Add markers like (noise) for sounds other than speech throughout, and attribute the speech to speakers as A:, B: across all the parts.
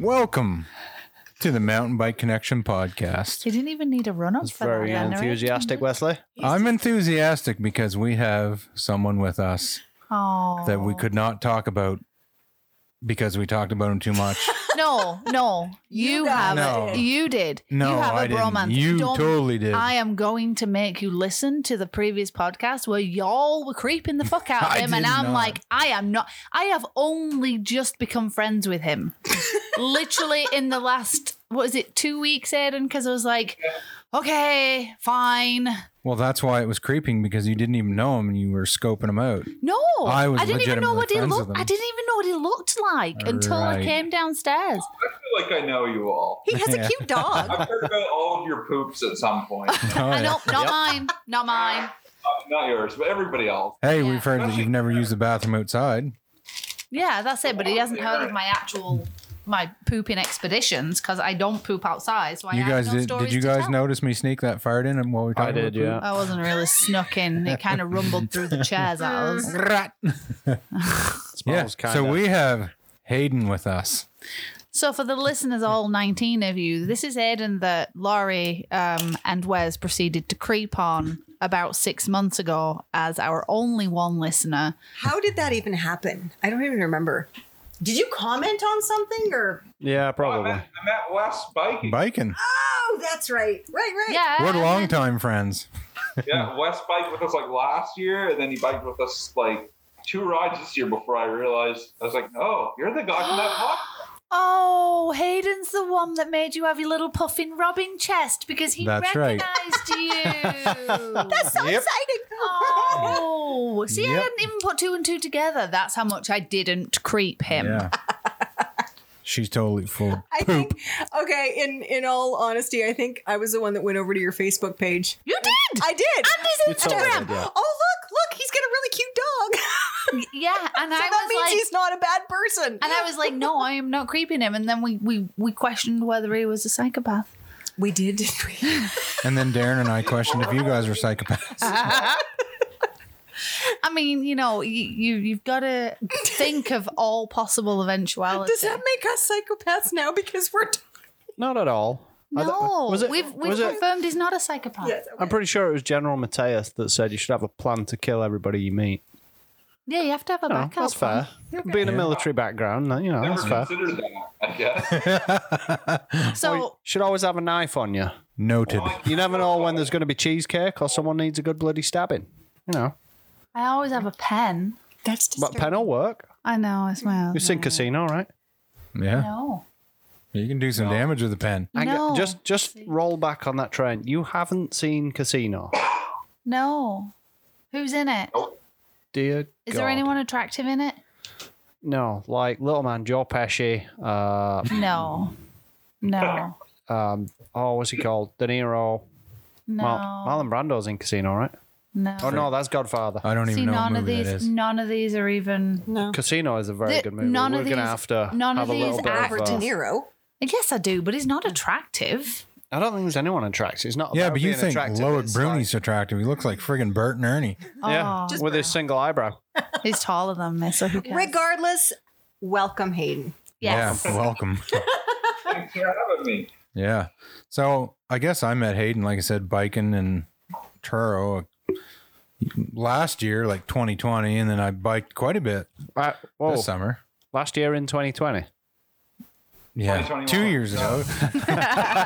A: Welcome to the Mountain Bike Connection podcast.
B: You didn't even need a run up.
C: It's very enthusiastic,
B: Mm-hmm.
C: Wesley.
A: I'm enthusiastic because we have someone with us
B: Oh.
A: that we could not talk about because we talked about him too much.
B: No, no. (laughs) You, have
A: No.
B: it. You did.
A: No,
B: (laughs) you have a
A: I didn't.
B: bromance.
A: You
B: don't-
A: totally did.
B: I am going to make you listen to the previous podcast where y'all were creeping the fuck
A: (laughs)
B: out
A: I
B: of him, and
A: did
B: I'm
A: not.
B: like, I am not. I have only just become friends
A: (laughs)
B: with him, literally in the last what is it, two weeks, Aiden? Because I was like, okay, fine.
A: well, that's why it was creeping because you didn't even know him and you were scoping him out.
B: No,
A: I was
B: didn't even know
A: legitimately
B: what he
A: friends with
B: looked.
A: him.
B: I didn't even know what he looked like until I
A: Right.
B: came downstairs.
D: I feel like I know you all.
E: He has
A: (laughs) Yeah.
E: a cute dog.
D: I've
C: (laughs)
D: heard about all of your poops at some point.
A: Oh, yeah.
B: I don't, not mine, not mine.
D: Not yours, but everybody else.
A: Hey,
B: Yeah.
A: we've heard that you've never used the bathroom outside.
B: Yeah, that's it. But he hasn't heard of my actual my pooping expeditions because I don't poop outside. So I
A: you
B: have
A: guys
B: no
A: did? Did
B: stories
A: you
B: to
A: guys
B: tell.
A: notice me sneak that fart in and while we were talking?
C: I did,
A: about
C: yeah.
B: I wasn't really snuck in.
A: (laughs)
B: It kind of rumbled through the chairs at us.
A: poop? Yeah.
C: Smells kinda-
A: So we have Hayden with us.
B: So for the listeners, all nineteen of you, this is Aiden that Laurie um, and Wes proceeded to creep on about six months ago as our only one listener.
E: How did that even happen? I don't even remember. Did you comment on something or?
C: yeah,
D: I
C: probably.
D: met, I met Wes biking.
A: Biking.
E: Oh, that's right. Right, right.
B: Yeah,
A: We're
B: and
A: long
B: then-
A: time friends.
D: Yeah, Wes biked with us like last year, and then he biked with us like two rides this year before I realized. I was like, oh, you're the guy
C: (gasps)
D: from that podcast.
B: Oh, Hayden's the one that made you have your little puffin robin chest because he
A: That's right.
B: recognized (laughs) you.
E: That's so
C: Yep.
E: exciting. (laughs)
B: Oh, see, I
A: Yep.
B: didn't even put two and two together. That's how much I didn't creep him.
A: Yeah. (laughs) She's totally full.
E: I think okay, in in all honesty, I think I was the one that went over to your Facebook page.
B: You did.
E: I did.
B: And his
C: It's all
B: Instagram.
C: good, yeah.
E: Oh look, look, he's got a really cute dog. (laughs)
B: yeah, and
E: so
B: I
E: that
B: was
E: means
B: like,
E: he's not a bad person.
B: and I was like, no, I am not creeping him. And then we we we questioned whether he was a psychopath.
E: we did, didn't
B: (laughs)
E: we?
A: And then Darren and I questioned if you guys were psychopaths.
B: I mean, you know, you, you you've got to think of all possible eventualities.
E: Does that make us psychopaths now because we're t-
C: Not at all. I th-
B: no,
C: was it-
B: we've we've
C: was it-
B: confirmed he's not a psychopath.
C: I'm pretty sure it was General Mateus that said you should have a plan to kill everybody you meet.
B: Yeah, you have to
A: Oh,
B: have a
C: No,
B: backup.
C: that's fair. Being a military background, you know,
D: Never
C: that's fair.
D: considered that, I guess.
C: (laughs)
B: plan. So
C: You should always have a knife on you.
A: Noted.
C: You never know when there's going to be cheesecake or someone needs a good bloody stabbing. You know,
B: I always have a pen.
E: that's
C: but
E: disturbing.
C: pen will work.
B: I know it's my own.
C: You've seen Casino, right?
A: Yeah.
B: No.
A: You can do some damage with a pen.
C: Hang on,
B: No.
C: Just, just roll back on that train. You haven't seen Casino,
B: No. Who's in
A: Oh,
B: it?
C: dear.
B: Is there
C: God.
B: anyone attractive in it?
C: No, like little man Joe Pesci. Uh,
B: No. No.
C: um, oh, what's he called? De Niro.
B: No.
C: Mar- Marlon Brando's in Casino, right?
B: no.
C: Oh no, that's Godfather.
A: I don't
B: See,
A: even know what
B: none of
A: movie
B: these
A: that is.
B: none of these are even
E: no.
C: Casino is a very
B: The-
C: good movie.
B: none
C: We're
B: of
C: gonna
B: these-
C: have to
B: none of
C: have a
B: these
C: little bit
B: act-
C: of.
E: Albert De
C: uh,
E: Niro.
B: Yes, I do, but he's not attractive.
C: I don't think there's anyone attractive. It's not.
A: Yeah,
C: about
A: but you
C: being
A: think
C: attractive,
A: Loic
C: it's
A: Bruni's attractive. He looks like friggin' Bert and Ernie.
C: Like, yeah,
B: Oh.
E: Just
C: with his single eyebrow.
B: He's taller than me, so who cares?
E: Regardless, welcome Hayden.
B: yes.
A: Yeah, (laughs) welcome.
D: Thanks for having me.
A: yeah. So I guess I met Hayden, like I said, biking in Truro uh, last year, like 2020, and then I biked quite a bit
C: Uh, whoa,
A: this summer.
C: last year in 2020.
A: Yeah,
D: 2021.
A: two years ago. (laughs)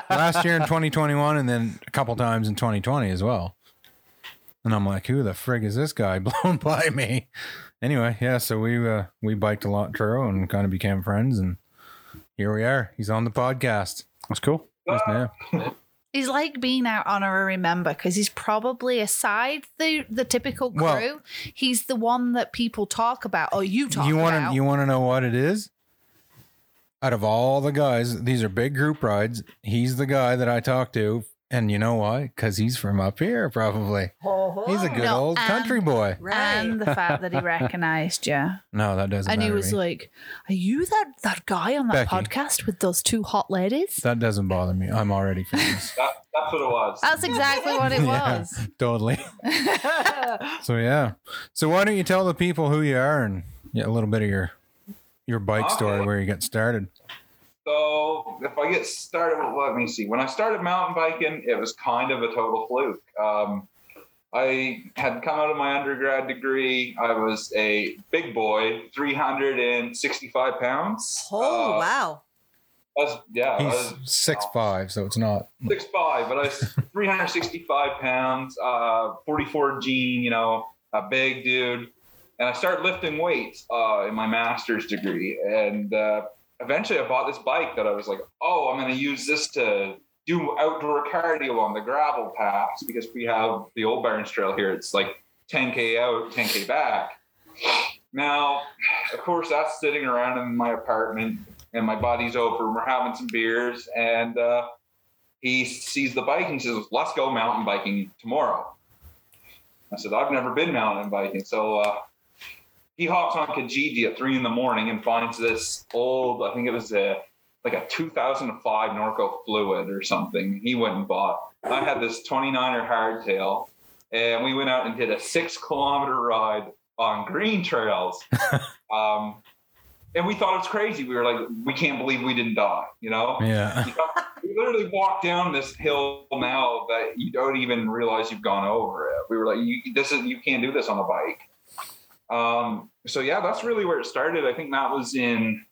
A: Last year in 2021, and then a couple times in 2020 as well. And I'm like, who the frig is this guy (laughs) blown by me? Anyway, yeah, so we uh, we biked a lot, Truro, and kind of became friends. And here we are. He's on the podcast.
C: That's cool.
A: Just now.
B: He's like being our honorary member because he's probably aside the the typical crew,
A: Well-
B: he's the one that people talk about. Or you talk
A: you want
B: about.
A: to you want to know what it is? Out of all the guys, these are big group rides. He's the guy that I talk to, and you know why? Because he's from up here, probably.
E: Uh-huh.
A: He's a good
B: No, um,
A: old
B: and-
A: country boy.
E: Right.
B: And the fact (laughs) that he recognized you,
A: No, that doesn't.
B: and he
A: matter to
B: was
A: me.
B: like, "Are you that that guy on that
A: Becky.
B: podcast with those two hot ladies?"
A: that doesn't bother me. I'm
B: (laughs)
A: already famous.
D: That, that's what it was.
B: That's exactly what
A: (laughs)
B: it
A: Yeah.
B: was. (laughs)
A: totally. So yeah. So why don't you tell the people who you are and yeah, a little bit of your your bike story
D: Okay.
A: where you got started.
D: So if I get started, with, let me see. When I started mountain biking, it was kind of a total fluke. Um, I had come out of my undergrad degree. I was a big boy, 365 pounds.
E: Oh
D: Uh,
E: wow!
D: I was- yeah, I
A: He's
D: was
A: six five, so it's not.
D: six five, but I was 365 pounds, uh, 44 gene, you know, a big dude. And I started lifting weights uh, in my master's degree. And uh, eventually I bought this bike that I was like, oh, I'm going to use this to do outdoor cardio on the gravel paths because we have the old Barons Trail here. It's like 10K out, 10K back. Now, of course, that's sitting around in my apartment and my buddy's over and we're having some beers. And uh, he sees the bike and says, "Let's go mountain biking tomorrow." I said, "I've never been mountain biking," so uh, he hops on Kijiji at three in the morning and finds this old, I think it was a like a 2005 Norco Fluid or something. He went and bought. I had this 29er hardtail, and we went out and did a six kilometer ride on green trails. um, and we thought it was crazy. We were like, we can't believe we didn't die, you know?
A: Yeah.
D: we literally walked down this hill now that you don't even realize you've gone over it. We were like, you, this is you can't do this on a bike. Um, so yeah, that's really where it started. I think that was in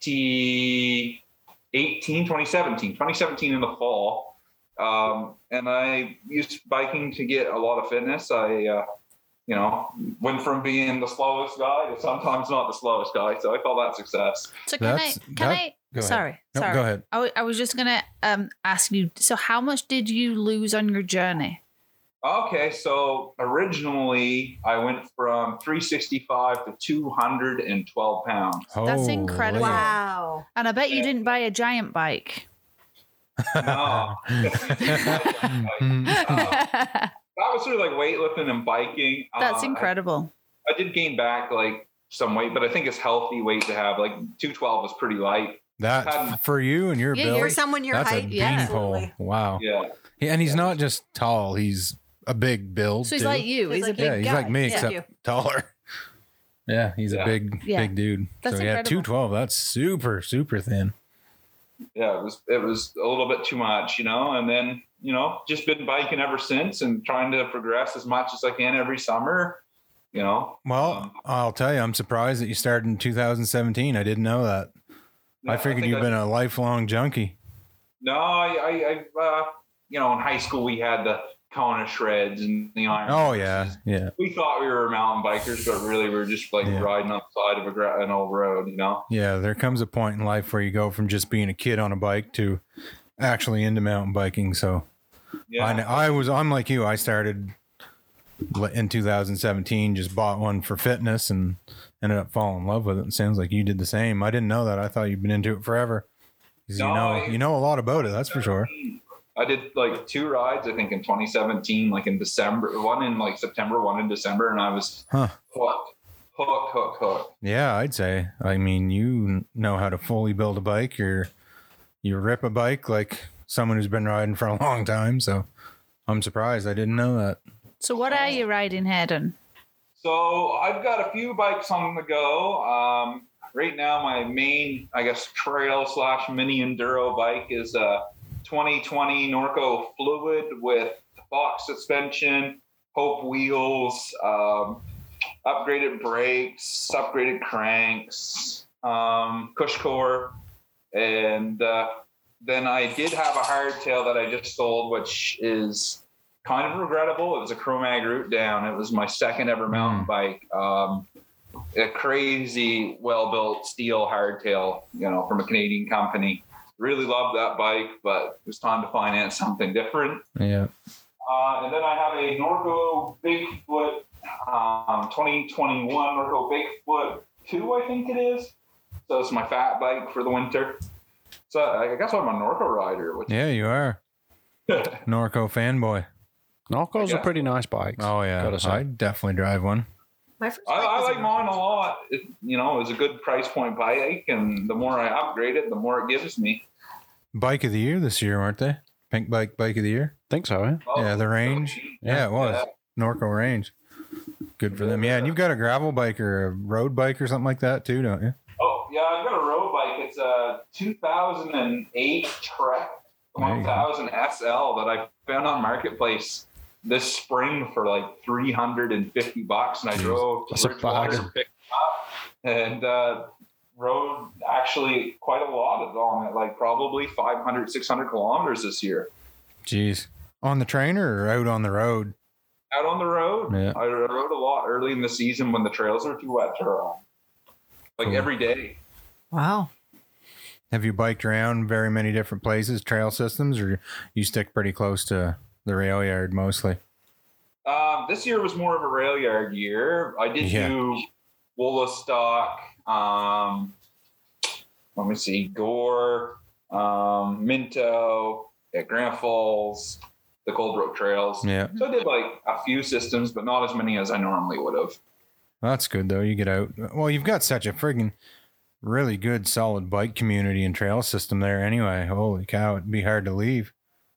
D: 2018, 2017, 2017 in the fall. Um, and I used biking to get a lot of fitness. I, uh, you know, went from being the slowest guy to sometimes not the slowest guy. So I call that success.
B: So can
A: That's-
B: I? Can
A: that-
B: I?
A: Go ahead.
B: Sorry,
A: No,
B: sorry.
A: go ahead.
B: I, w- I was just gonna um, ask you. So how much did you lose on your journey?
D: Okay, so originally I went from 365 to 212 pounds.
B: That's incredible.
A: Holy.
E: Wow.
B: And I bet you didn't buy a giant bike.
D: No.
B: (laughs)
A: Mm.
D: Uh,
B: That's
D: that was sort of like weightlifting and biking. Uh,
B: incredible.
D: I, I did gain back like some weight, but I think it's healthy weight to have. Like 212 was pretty light.
A: (laughs) That for you and your
B: Yeah,
A: build.
E: For someone your
A: that's a
E: height,
A: beanpole.
B: yeah.
A: Wow.
D: Yeah.
A: Yeah, and he's not just tall; he's a big build.
B: So he's
A: too.
B: like you.
E: He's
B: He's a
E: like-
B: big
A: yeah, he's
B: guy.
A: like me,
E: Yeah.
A: except
E: You.
A: taller. Yeah, he's
D: Yeah.
A: a big,
B: Yeah.
A: big dude.
B: That's
A: so yeah,
B: incredible.
A: two twelve. That's super, super thin.
D: Yeah, it was it was a little bit too much, you know, and then, you know, just been biking ever since and trying to progress as much as I can every summer, you know.
A: Well, I'll tell you, I'm surprised that you started in 2017. I didn't know that. I figured
D: think
A: you've been a lifelong junkie.
D: No, I, I, I uh, you know, in high school we had the Kona shreds and the iron.
A: Oh yeah, yeah.
D: We thought we were mountain bikers, but really we were just like
A: Yeah.
D: riding on the side of a gra- an old road, you know.
A: Yeah, there comes a point in life where you go from just being a kid on a bike to actually into mountain biking. So
D: Yeah,
A: I, kn- I was, I'm like you. I started l- in 2017, just bought one for fitness and ended up falling in love with it. It sounds like you did the same. I didn't know that. I thought you'd been into it forever. 'Cause
D: No,
A: you know,
D: I-
A: you know a lot about it. That's for sure.
D: I did like two rides, I think, in 2017, like in December, one in like September, one in December, and I was
A: Huh.
D: hooked, hooked, hooked, hooked.
A: Yeah, I'd say. I mean, you n- know how to fully build a bike. You're you rip a bike like someone who's been riding for a (laughs) long time. So I'm surprised I didn't know that.
B: So what are you riding, Hayden?
D: So I've got a few bikes on the go. Um, right now, my main, I guess, trail slash mini enduro bike is a 2020 Norco Fluid with Fox suspension, Hope wheels, um, upgraded brakes, upgraded cranks, um, cush core, and uh, then I did have a hardtail that I just sold, which is kind of regrettable. It was a Chromag route down. It was my second ever mountain bike. Um, a crazy well built steel hardtail, you know, from a Canadian company. Really loved that bike, but it was time to finance something different.
A: Yeah.
D: Uh, and then I have a Norco Bigfoot um, 2021 Norco Bigfoot 2, I think it is. So it's my fat bike for the winter. So I guess I'm a Norco rider, which
A: Yeah, you are.
D: (laughs)
A: Norco fanboy.
C: Norco's are
D: Yeah.
C: pretty nice bikes.
A: Oh yeah.
C: Gotta say.
A: I definitely drive one.
E: My first
D: I,
E: bike
D: I
E: was a
D: like
E: Norco.
D: mine a lot. It, you know, it's a good price point bike, and the more I upgrade it, the more it gives me.
A: Bike of the year this year, aren't they? Pink bike bike of the year.
C: think so, eh? yeah.
D: Oh,
A: Yeah, the range. Yeah, it was. Norco range. Good for them. Yeah, and you've got a gravel bike or a road bike or something like that too, don't you?
D: Oh yeah, I've got a road bike. It's a 2008 Trek
A: There you go.
D: 1000 SL that I found on marketplace this spring for like 350 bucks, and I drove
C: that's
D: to
C: a
D: Bridgewater
C: bargain.
D: and picked it up, and uh, rode actually quite a lot along it, like probably 500, 600 kilometers this year.
A: Jeez. On the trainer or out on the road?
D: out on the road.
A: Yeah.
D: I rode a lot early in the season when the trails are too wet to run. Like
A: Cool.
D: every day.
E: Wow.
A: Have you biked around very many different places, trail systems, or you stick pretty close to the rail yard mostly?
D: Um, this year was more of a rail yard year. I did
A: Yeah.
D: do Woolastock. Um, let me see, Gore, um, Minto, at Grand Falls, the Cold Road Trails.
A: Yeah.
D: So I did like a few systems, but not as many as I normally would have.
A: That's good though. You get out. Well, you've got such a friggin' really good, solid bike community and trail system there. Anyway, holy cow, it'd be hard to leave.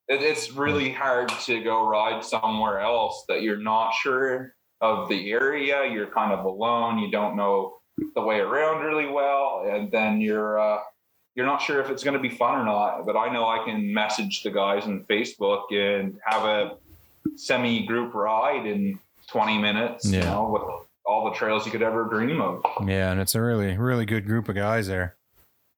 D: it, it's really hard to go ride somewhere else that you're not sure of the area. You're kind of alone. You don't know the way around really well, and then you're uh, you're not sure if it's going to be fun or not. But I know I can message the guys on Facebook and have a semi group ride in 20 minutes. You
A: Yeah.
D: know, with all the trails you could ever dream of.
A: Yeah, and it's a really, really good group of guys there.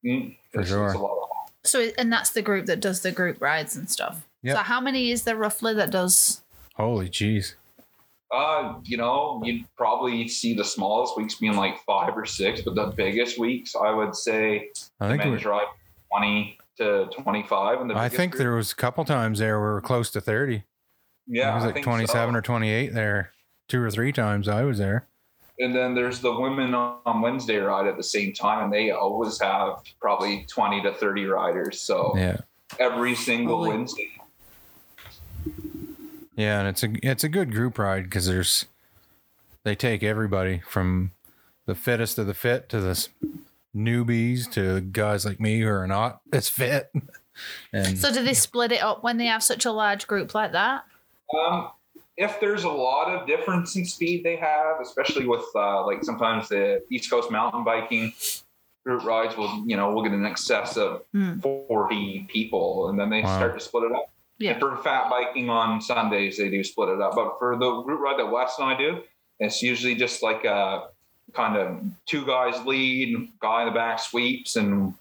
D: Mm,
A: For
D: it's-
A: sure.
D: it's a lot.
B: So, and that's the group that does the group rides and stuff.
A: Yep.
B: So, how many is there roughly that does?
A: Holy jeez.
D: Uh, you know, you'd probably see the smallest weeks being like five or six, but the biggest weeks, I would say,
A: I
D: the
A: think
D: men's
A: we
D: ride twenty to twenty-five, and the
A: I
D: biggest
A: think
D: group-
A: there was a couple times there we were close to thirty.
D: yeah,
A: it was
D: I
A: like
D: think
A: twenty-seven
D: so.
A: or twenty-eight there, two or three times I was there.
D: and then there's the women on on Wednesday ride at the same time, and they always have probably twenty to thirty riders. So
A: Yeah,
D: every single
E: Holy-
D: Wednesday,
A: yeah, and it's a it's a good group ride because there's they take everybody from the fittest of the fit to the s- newbies to guys like me who are not (laughs) as fit. And
B: So, do they split it up when they have such a large group like that?
D: Um, if there's a lot of difference in speed they have, especially with uh, like sometimes the East Coast mountain biking group rides will, you know, we'll get an excess of
B: Hmm.
D: 40 people and then they
A: Wow.
D: start to split it up.
B: Yeah.
D: And for fat biking on Sundays, they do split it up. But for the group ride that Wes and I do, it's usually just like a kind of two guys lead, guy in the back sweeps, and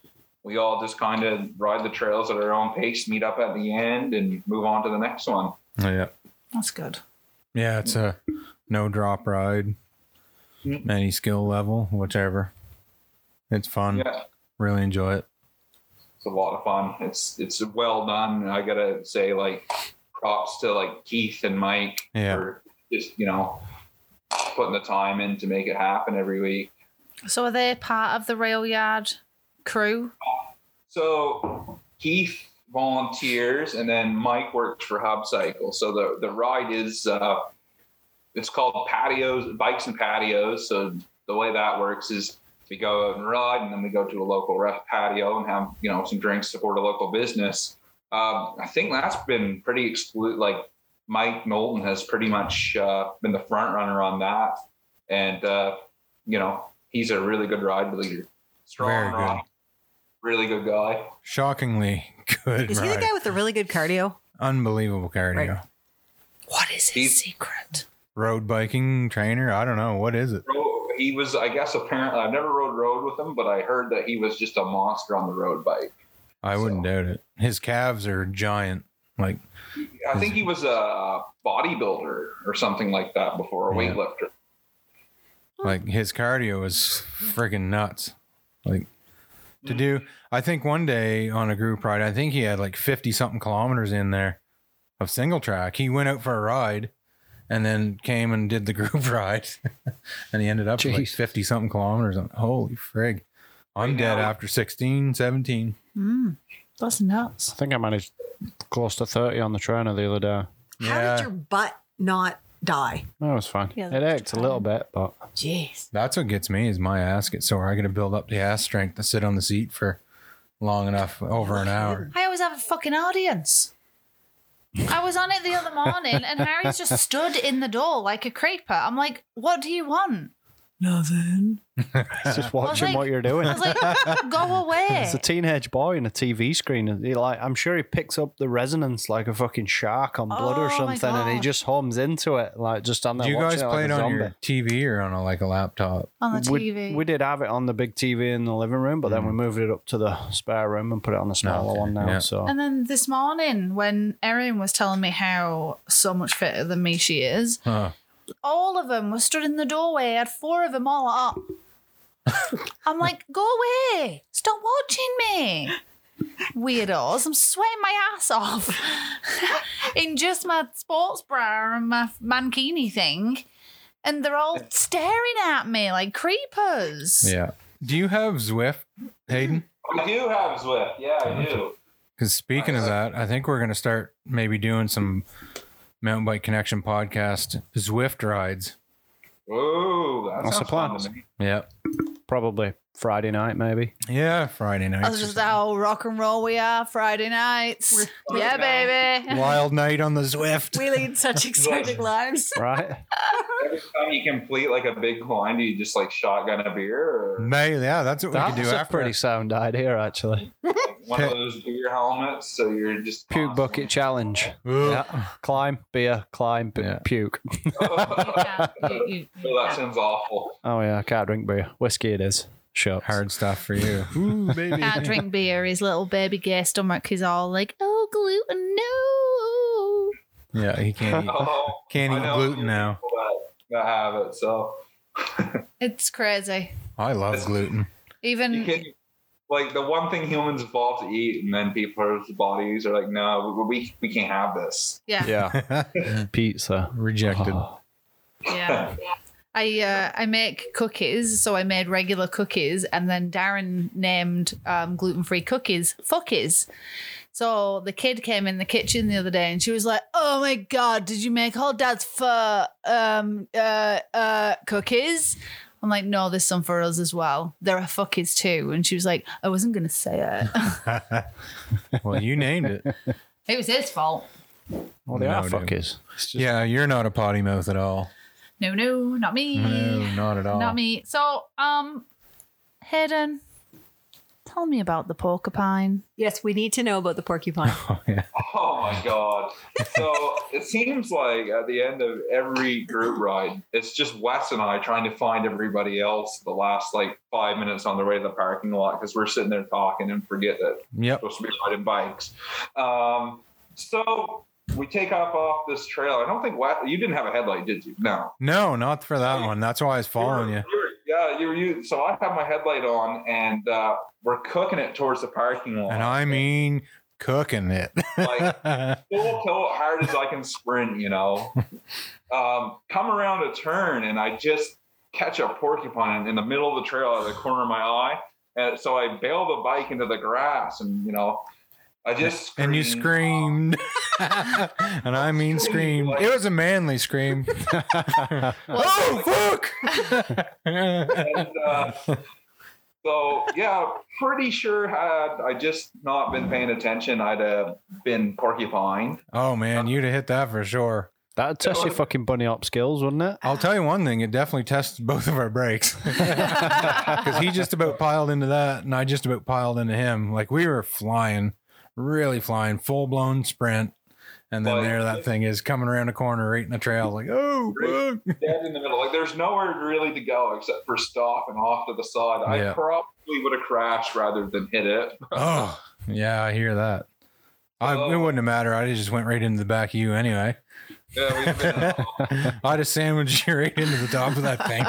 D: we all just kind of ride the trails at our own pace, meet up at the end, and move on to the next one.
A: yeah,
B: That's good.
A: yeah, it's a no drop ride,
D: Mm.
A: any skill level, whichever. It's fun.
D: Yeah.
A: Really enjoy it.
D: it's a lot of fun. It's it's well done. I gotta say, like props to like Keith and Mike
A: Yeah.
D: for just you know putting the time in to make it happen every week.
B: So, are they part of the rail yard crew?
D: So Keith volunteers, and then Mike works for Hub Cycle. So the the ride is uh, it's called patios, bikes and patios. So the way that works is we go out and ride, and then we go to a local rest patio and have you know some drinks, support a local business. Um, I think that's been pretty exclusive. Like Mike Knowlton has pretty much uh, been the front runner on that, and uh, you know he's a really good ride leader, strong
A: Very good.
D: ride, really good guy.
A: Shockingly (laughs) good.
E: Is he the
A: ride.
E: guy with the really good cardio?
A: Unbelievable cardio.
E: Right.
B: What is his
D: He's-
B: secret?
A: Road biking trainer. I don't know. What is it?
D: Ro- he was i guess apparently i've never rode road with him but i heard that he was just a monster on the road bike
A: I wouldn't
D: So-
A: doubt it. His calves are giant. Like,
D: i think he was a bodybuilder or something like that before a
A: Yeah.
D: weightlifter
A: Like his cardio is freaking nuts. Like to do, I think one day on a group ride, I think he had like 50 something kilometers in there of single track. He went out for a ride and then came and did the (laughs) group ride and he ended up with like
C: Jeez.
A: 50 something kilometers. On, holy frig. I'm
D: Right
A: dead
D: now-
A: after 16, 17.
B: Mm, that's nuts.
C: I think I managed close to 30 on the trainer the other day.
E: How
A: Yeah.
E: did your butt not die?
C: That was fine.
B: Yeah,
C: it
B: that's
C: ached a little bit,
A: (laughs)
C: but
E: Jeez.
A: That's what gets me is my ass gets sore. I got to build up the ass strength to sit on the seat for long enough, over an hour.
B: I always have a fucking audience. I was on it the other morning and Harry's just stood in the door like a creeper. I'm like, what do you want?
E: Nothing.
C: it's just watching
B: like-
C: what you're doing.
B: I was like, (laughs) go away.
C: It's a teenage boy and a TV screen. and He like, I'm sure he picks up the resonance like a fucking shark on blood or
B: Oh my
C: something, and he
B: God.
C: just hums into it like just on that.
A: Do you guys
C: it
A: play
C: like
A: it
C: a
A: on
C: zombie.
A: your TV or on a, like a laptop?
B: on the
C: We-
B: TV.
C: We, did have it on the big TV in the living room, but then we moved it up to the spare room and put it on the smaller
A: Mm. okay,
C: one now.
A: yeah.
D: Oh.
C: So
B: and then this morning, when Erin was telling me how so much fitter than me she is,
A: Huh.
B: all of them were stood in the doorway. I had four of them all
D: (laughs)
B: up. I'm like, go away. Stop watching me. Weirdos. I'm sweating my ass off (laughs) in just my sports bra and my mankini thing. And they're all staring at me like creepers.
A: Yeah. Do you have Zwift, Hayden?
D: I do have Zwift. Yeah, I do.
A: Because speaking of that, I think we're going to start maybe doing some Mountain Bike Connection podcast Zwift rides.
D: Oh, that
C: What's
D: sounds
C: the
D: fun to
C: plans?
D: me.
A: Yep.
C: probably Friday night, maybe.
B: (laughs)
A: Yeah, Friday night.
B: That's just how rock and roll we are Friday nights.
D: We're
B: Yeah,
D: Friday
A: (laughs)
B: baby.
A: Wild night on the Zwift.
E: We lead such
A: (laughs)
E: exciting lives.
C: Right?
D: Every time you complete like a big climb, do you just like shotgun a beer or
A: May, yeah, that's what we
C: That's
A: could do
C: a
A: after.
C: pretty sound idea, actually.
D: like,
A: (laughs)
D: one of those beer helmets? So you're just
C: Puke
D: (laughs)
C: bucket challenge.
A: Ugh.
C: Yeah. Climb, beer, climb, bu-
A: Yeah.
C: puke.
B: Yeah, you- you-
D: Oh, that sounds awful.
C: Oh yeah, I can't drink beer. Whiskey it is. Sure.
A: Hard stuff for you.
B: can't drink beer. His little baby gay stomach is all like, oh, gluten,
A: (laughs)
B: no.
A: (laughs) Yeah, he
C: (laughs)
A: can't eat,
D: Oh,
A: can't
D: I
A: eat
D: know
A: gluten
D: people
A: now.
D: That, that have it. So
B: It's crazy.
A: I love
D: (laughs)
A: gluten.
D: you
B: Even
D: can like the one thing humans evolved to eat, and then people's bodies are like, no, we we, we can't have this. (laughs)
B: yeah,
C: Yeah. Pizza.
A: Rejected.
C: Oh,
B: yeah. I uh, I make cookies, so I made regular cookies, and then Darren named um, gluten free cookies fuckies. So the kid came in the kitchen the other day, and she was like, "Oh my god, did you make whole dad's for um uh uh cookies?" I'm like, "No, there's some for us as well. There are fuckies too." And she was like, "I wasn't gonna say it.
A: (laughs)
B: (laughs)
A: well, you named it.
B: it was his fault.
C: well, they
A: No,
C: are
A: dude.
C: fuckers. It's just-
A: Yeah, you're not a potty mouth at all.
B: No, no, not me."
A: No, not at all.
B: Not me. So, um, Hayden, tell me about the porcupine.
E: Yes, we need to know about the porcupine. (laughs)
A: Oh, yeah.
D: Oh my god! So it seems like at the end of every group ride, it's just Wes and I trying to find everybody else the last like five minutes on the way to the parking lot because we're sitting there talking and forget that
A: Yep.
D: supposed to be riding bikes. Um, so we take off off this trail. I don't think Wes, you didn't have a headlight, did you? No.
A: No, not for that one. That's why I was following you.
D: were- yeah, you were. You, so I have my headlight on, and uh, we're cooking it towards the parking lot.
A: And I mean, cooking it. (laughs)
D: full tilt, hard as I can sprint, you know. Um, come around a turn, and I just catch a porcupine in the middle of the trail out of the corner of my eye. And so I bail the bike into the grass, and you know, I just
A: and you screamed. (laughs) and I mean, screamed. It was a manly
D: (laughs)
A: scream. (laughs) oh, fuck. (laughs)
D: And, uh, so yeah, pretty sure had I just not been paying attention, I'd have been porcupine.
A: oh, man, you'd have hit that for sure.
C: That'd test your fucking bunny hop skills, wouldn't it?
A: I'll tell you one thing, it definitely tested both of our brakes. (laughs) Because he just about piled into that, and I just about piled into him. Like we were flying, really flying, full blown sprint. And then
D: Like-
A: there that thing is coming around a corner right in the trail. Like, oh, fuck.
D: dead in the middle. Like there's nowhere really to go except for stop and off to the side.
A: Yeah.
D: I probably would have crashed rather than hit it.
A: oh, yeah, I hear that. I, it
D: Oh.
A: wouldn't have mattered. I just went right into the back of you anyway.
D: (laughs)
A: (laughs)
D: Yeah, we've been, all-
A: I'd have sandwiched you (laughs) right into the top of that
B: (laughs)
A: thing.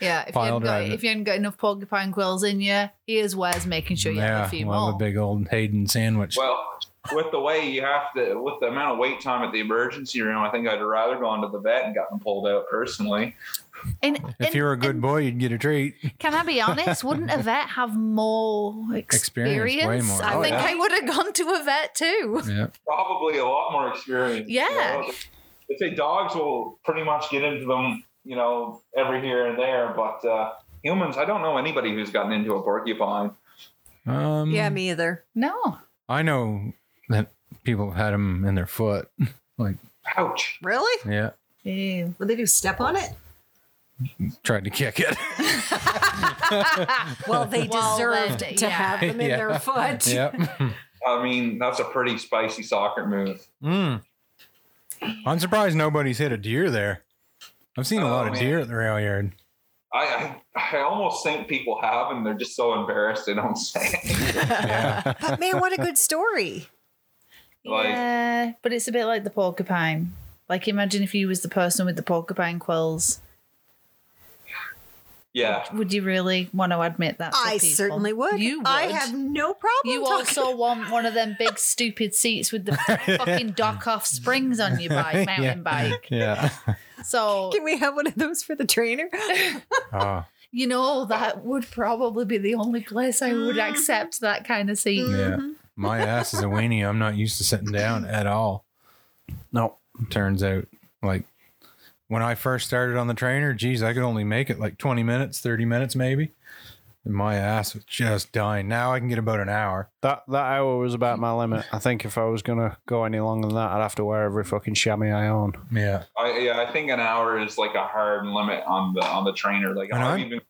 B: yeah, if you,
A: Pile
B: haven't got,
A: drive it.
B: if you haven't got enough porcupine quills in you, here's where's making sure you have a few
A: well,
B: more.
A: a big old Hayden sandwich.
D: well, with the way you have to, with the amount of wait time at the emergency room, I think I'd rather gone to the vet and gotten pulled out personally.
B: and,
A: if
B: and-
A: you were a good
B: and
A: boy, you'd get a treat.
B: can I be honest? Wouldn't a vet have more experience?
A: Experience, way more.
B: I
D: Oh,
B: think
D: yeah.
B: I would have gone to a vet too.
A: Yeah.
D: Probably a lot more experience. you
B: Yeah.
D: know? They say dogs will pretty much get into them, you know, every here and there, but uh, humans, I don't know anybody who's gotten into a porcupine.
A: Um,
E: Yeah, me either.
B: No,
A: I know that people have had them in their foot.
D: Ouch.
E: Really?
A: Yeah.
B: Ew.
E: Would they do step on it?
A: Tried to kick it. (laughs)
E: (laughs) Well, they
B: Well,
E: deserved
B: then,
E: to
B: yeah.
E: have them in
A: (laughs) Yeah.
E: their foot.
A: yep.
D: I mean, that's a pretty spicy soccer move.
A: Mm. I'm surprised nobody's hit a deer there. I've seen a
D: Oh,
A: lot of
D: man.
A: deer at the rail yard.
D: I, I I almost think people have, and they're just so embarrassed they don't say it. (laughs)
A: Yeah.
E: But man, what a good (laughs) story.
D: Like-
B: yeah, but it's a bit like the porcupine. Like, imagine if you was the person with the porcupine quills.
D: Yeah.
B: Would you really want to admit that? to
E: I
B: people?
E: certainly would.
B: You would.
E: I have no problem.
B: You
E: talking-
B: also want one of them big stupid seats with the
A: (laughs)
B: fucking dock off springs on your bike, mountain
A: Yeah.
B: bike.
A: Yeah.
B: So
E: Can we have one of those for the trainer?
A: Oh,
B: you know that would probably be the only place I would
E: Mhm.
B: accept that kind of seat.
A: yeah.
D: Mm-hmm.
E: Mhm.
A: My ass is a weenie. I'm not used to sitting down at all.
C: No.
A: turns out like when i first started on the trainer geez i could only make it like 20 minutes 30 minutes maybe and my ass was just dying now i can get about an hour
C: That that hour was about my limit. I think if I was gonna go any longer than that, I'd have to wear every fucking chamois I own.
A: yeah
D: I, yeah, I think an hour is like a hard limit on the on the trainer. Like
A: And
D: I've
A: I'm-
D: even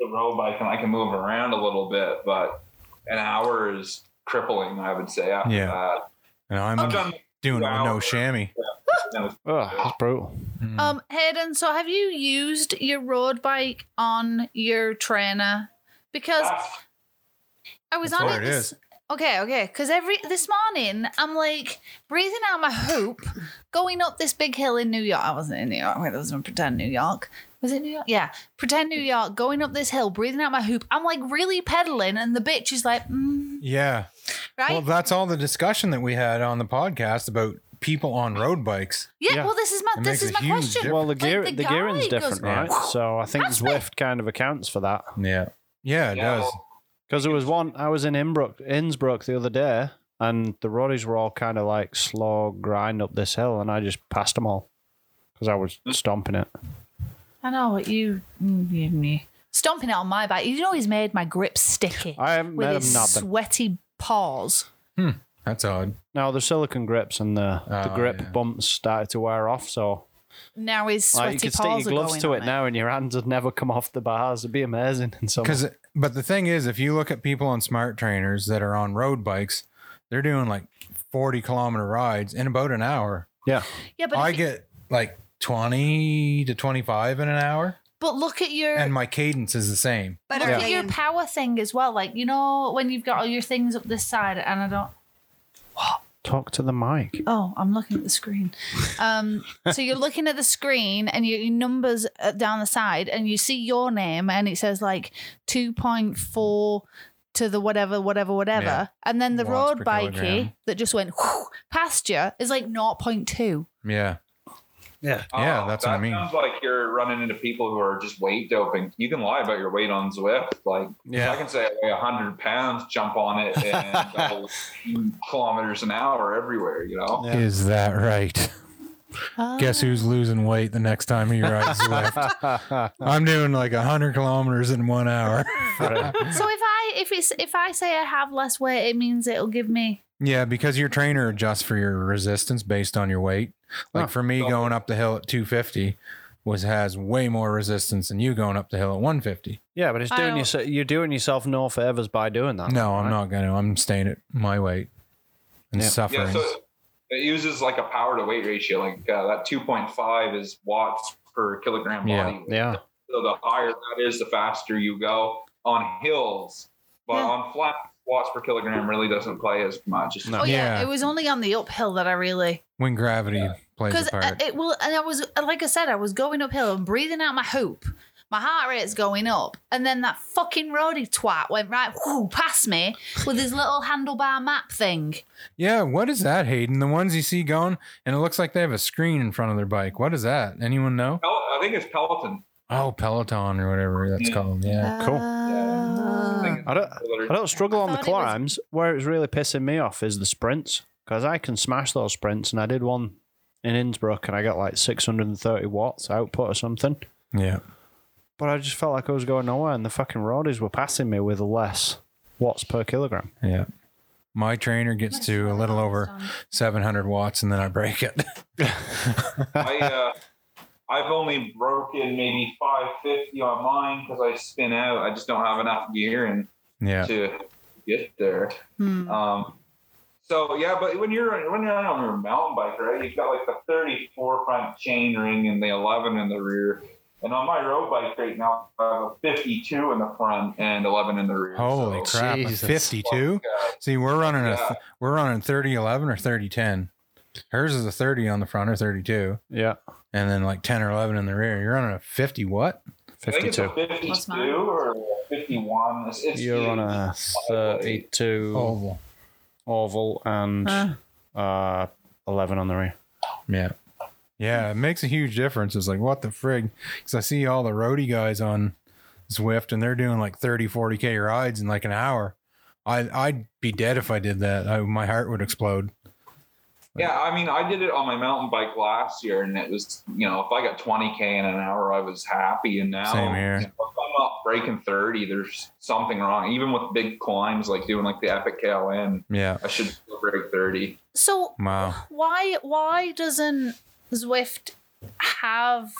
D: the road bike and I can move around a little bit, but an hour is crippling. I would say after
A: Yeah. and i'm
D: that. I've done.
A: doing it with no
D: Wow.
A: chamois
C: Ugh, that's brutal.
A: Hmm.
B: Um, Hayden, so have you used your road bike on your trainer? Because I was
A: That's
B: on
A: what it
B: it. this,
A: is.
B: Okay, okay. Because every this morning, I'm like breathing out my hoop, going up this big hill in New York. I wasn't in New York. Wait, that was in pretend New York. Was it New York? Yeah, pretend New York. Going up this hill, breathing out my hoop. I'm like really pedaling, and the bitch is like, mm,
A: yeah
B: right?
A: well that's all the discussion that we had on the podcast about people on road bikes
B: yeah,
C: yeah.
B: Well, this is my
A: It makes
B: this is
A: a
B: my
A: huge
B: question.
A: difference.
C: Well, the gear
B: Like,
C: the, gearing's
B: guy goes,
C: different, right? So I think
B: That's
C: Zwift kind of accounts for that.
A: yeah yeah it
D: Yeah,
A: does
C: Because there was one I was in Innsbruck, Innsbruck the other day, and the roadies were all kind of like slow grind up this hill, and I just passed them all because I was stomping it.
B: I know what you mm, you- you- stomping it on my bike. You know he's made my grip sticky
C: I haven't
B: with
C: met them
B: his
C: nothing.
B: sweaty paws.
A: that's odd
C: Now the silicon grips and the the
A: Oh,
C: grip
A: yeah.
C: bumps started to wear off, so
B: Now his sweaty
C: like you could stick your
B: paws are
C: gloves
B: going
C: to
B: on
C: it now, and your hands would never come off the bars. It'd be amazing. And so
A: Because, but the thing is, if you look at people on smart trainers that are on road bikes, they're doing like 40 kilometer rides in about an hour.
C: yeah,
B: Yeah, but
A: I
B: if you-
A: get like 20 to 25 in an hour,
B: but look at your
A: and my cadence is the same.
E: But
B: look
E: are
B: at
E: they
B: your
E: in-
B: power thing as well. Like you know when you've got all your things up this side, and I don't.
C: talk to the (laughs) mic.
B: Oh, I'm looking at the screen. Um,
A: (laughs)
B: so you're looking at the screen, and your, your numbers uh, down the side, and you see your name, and it says like two point four to the whatever, whatever, whatever,
A: Yeah.
B: and then the
A: Watts
B: road
A: per
B: bikey
A: kilogram.
B: that just went whoosh, past you is
A: (gasps)
B: like 0.2.
A: Yeah.
C: Yeah.
A: Yeah, that's
D: Um, that
A: what I mean.
D: Sounds like you're running into people who are just weight doping. You can lie about your weight on Zwift. Like,
A: Yeah.
D: I can say I weigh 100 pounds, jump on it, and
A: (laughs)
D: go kilometers an hour everywhere. You know,
C: Yeah.
A: Is that
B: (laughs)
A: right? Guess who's losing weight the next time he rides
B: (laughs)
A: Zwift? I'm doing like 100 kilometers in one hour.
B: So if I if it's if I say I have less weight, it means it'll give me
A: yeah, because your trainer adjusts for your resistance based on your weight. Like
C: Huh.
A: for me, going up the hill at 250 was has way more resistance than you going up the hill at 150.
C: yeah, but it's
B: I
C: doing
B: don't-
C: yourself, you're doing yourself no favors by doing that.
A: No,
C: Oh, right?
A: I'm not going to. I'm staying at my weight and
C: Yeah.
A: suffering.
D: yeah. So it uses like a power to weight ratio. Like uh, that 2.5 is watts per kilogram body
A: Yeah.
D: weight.
C: Yeah,
D: So the higher that is, the faster you go on hills. But
B: Yeah.
D: on flats, watts per kilogram really doesn't play as much. It's
C: No.
B: Oh yeah.
A: Um, Yeah.
B: it was only on the uphill that I really
A: when gravity plays
B: because uh,
A: a part.
B: it will. And I was uh, like I said, I was going uphill and breathing out my hoop. My heart rate's going up, and then that fucking roadie twat went right whoo, past me with his little handlebar map thing.
A: yeah, what is that, Hayden? The ones you see going, and it looks like they have a screen in front of their bike. What is that? Anyone know?
D: Pel- I think it's Peloton.
A: Oh, Peloton or whatever that's
D: Yeah.
A: called. Yeah.
C: cool.
F: Uh.
D: I think it's
C: I don't, I don't struggle on the
B: thought it was-
C: climbs. Where it's really pissing me off is the sprints because I can smash those sprints, and I did one in Innsbruck, and I got like 630 watts output or something.
A: Yeah.
C: But I just felt like I was going nowhere, and the fucking roadies were passing me with less watts per kilogram.
A: Yeah. My trainer gets to a little over 700 watts and then I break it. (laughs)
D: I, uh, I've only broken maybe 550 on mine because I spin out. I just don't have enough gear and
A: yeah.
D: to get there.
B: Hmm.
D: Um, so yeah, but when you're when you're on your mountain bike, right, you've got like the 34 front chain ring and the 11 in the rear. And on my road bike right now, I have a 52 in the front and 11 in the rear.
A: Holy
D: So,
A: crap. a
C: Jesus.
A: 52?
D: uh,
A: See, we're running a
D: Yeah.
A: we're running 30 11 or 30 10. Hers is a 30 on the front or 32
C: Yeah,
A: and then like 10 or 11 in the rear. You're running a 50 what?
D: I think it's a
C: 52.
D: 52
B: mine?
D: or a 51. It's, it's
C: You're on a 32
A: Oval.
C: oval and
B: Uh.
A: Ah.
C: uh, 11 on the rear.
A: Yeah. Yeah, it makes a huge difference. It's like, what the frig? Because I see all the roadie guys on Zwift and they're doing like 30, 40K rides in like an hour. I, I'd be dead if I did that. I, my heart would explode.
D: Yeah, I mean, I did it on my mountain bike last year, and it was, you know, if I got 20k in an hour, I was happy. And now,
A: Same here.
D: if I'm not breaking 30, there's something wrong. Even with big climbs, like doing like the Epic KLN,
A: Yeah.
D: I should still break 30.
B: So
A: Wow.
B: why why doesn't Zwift have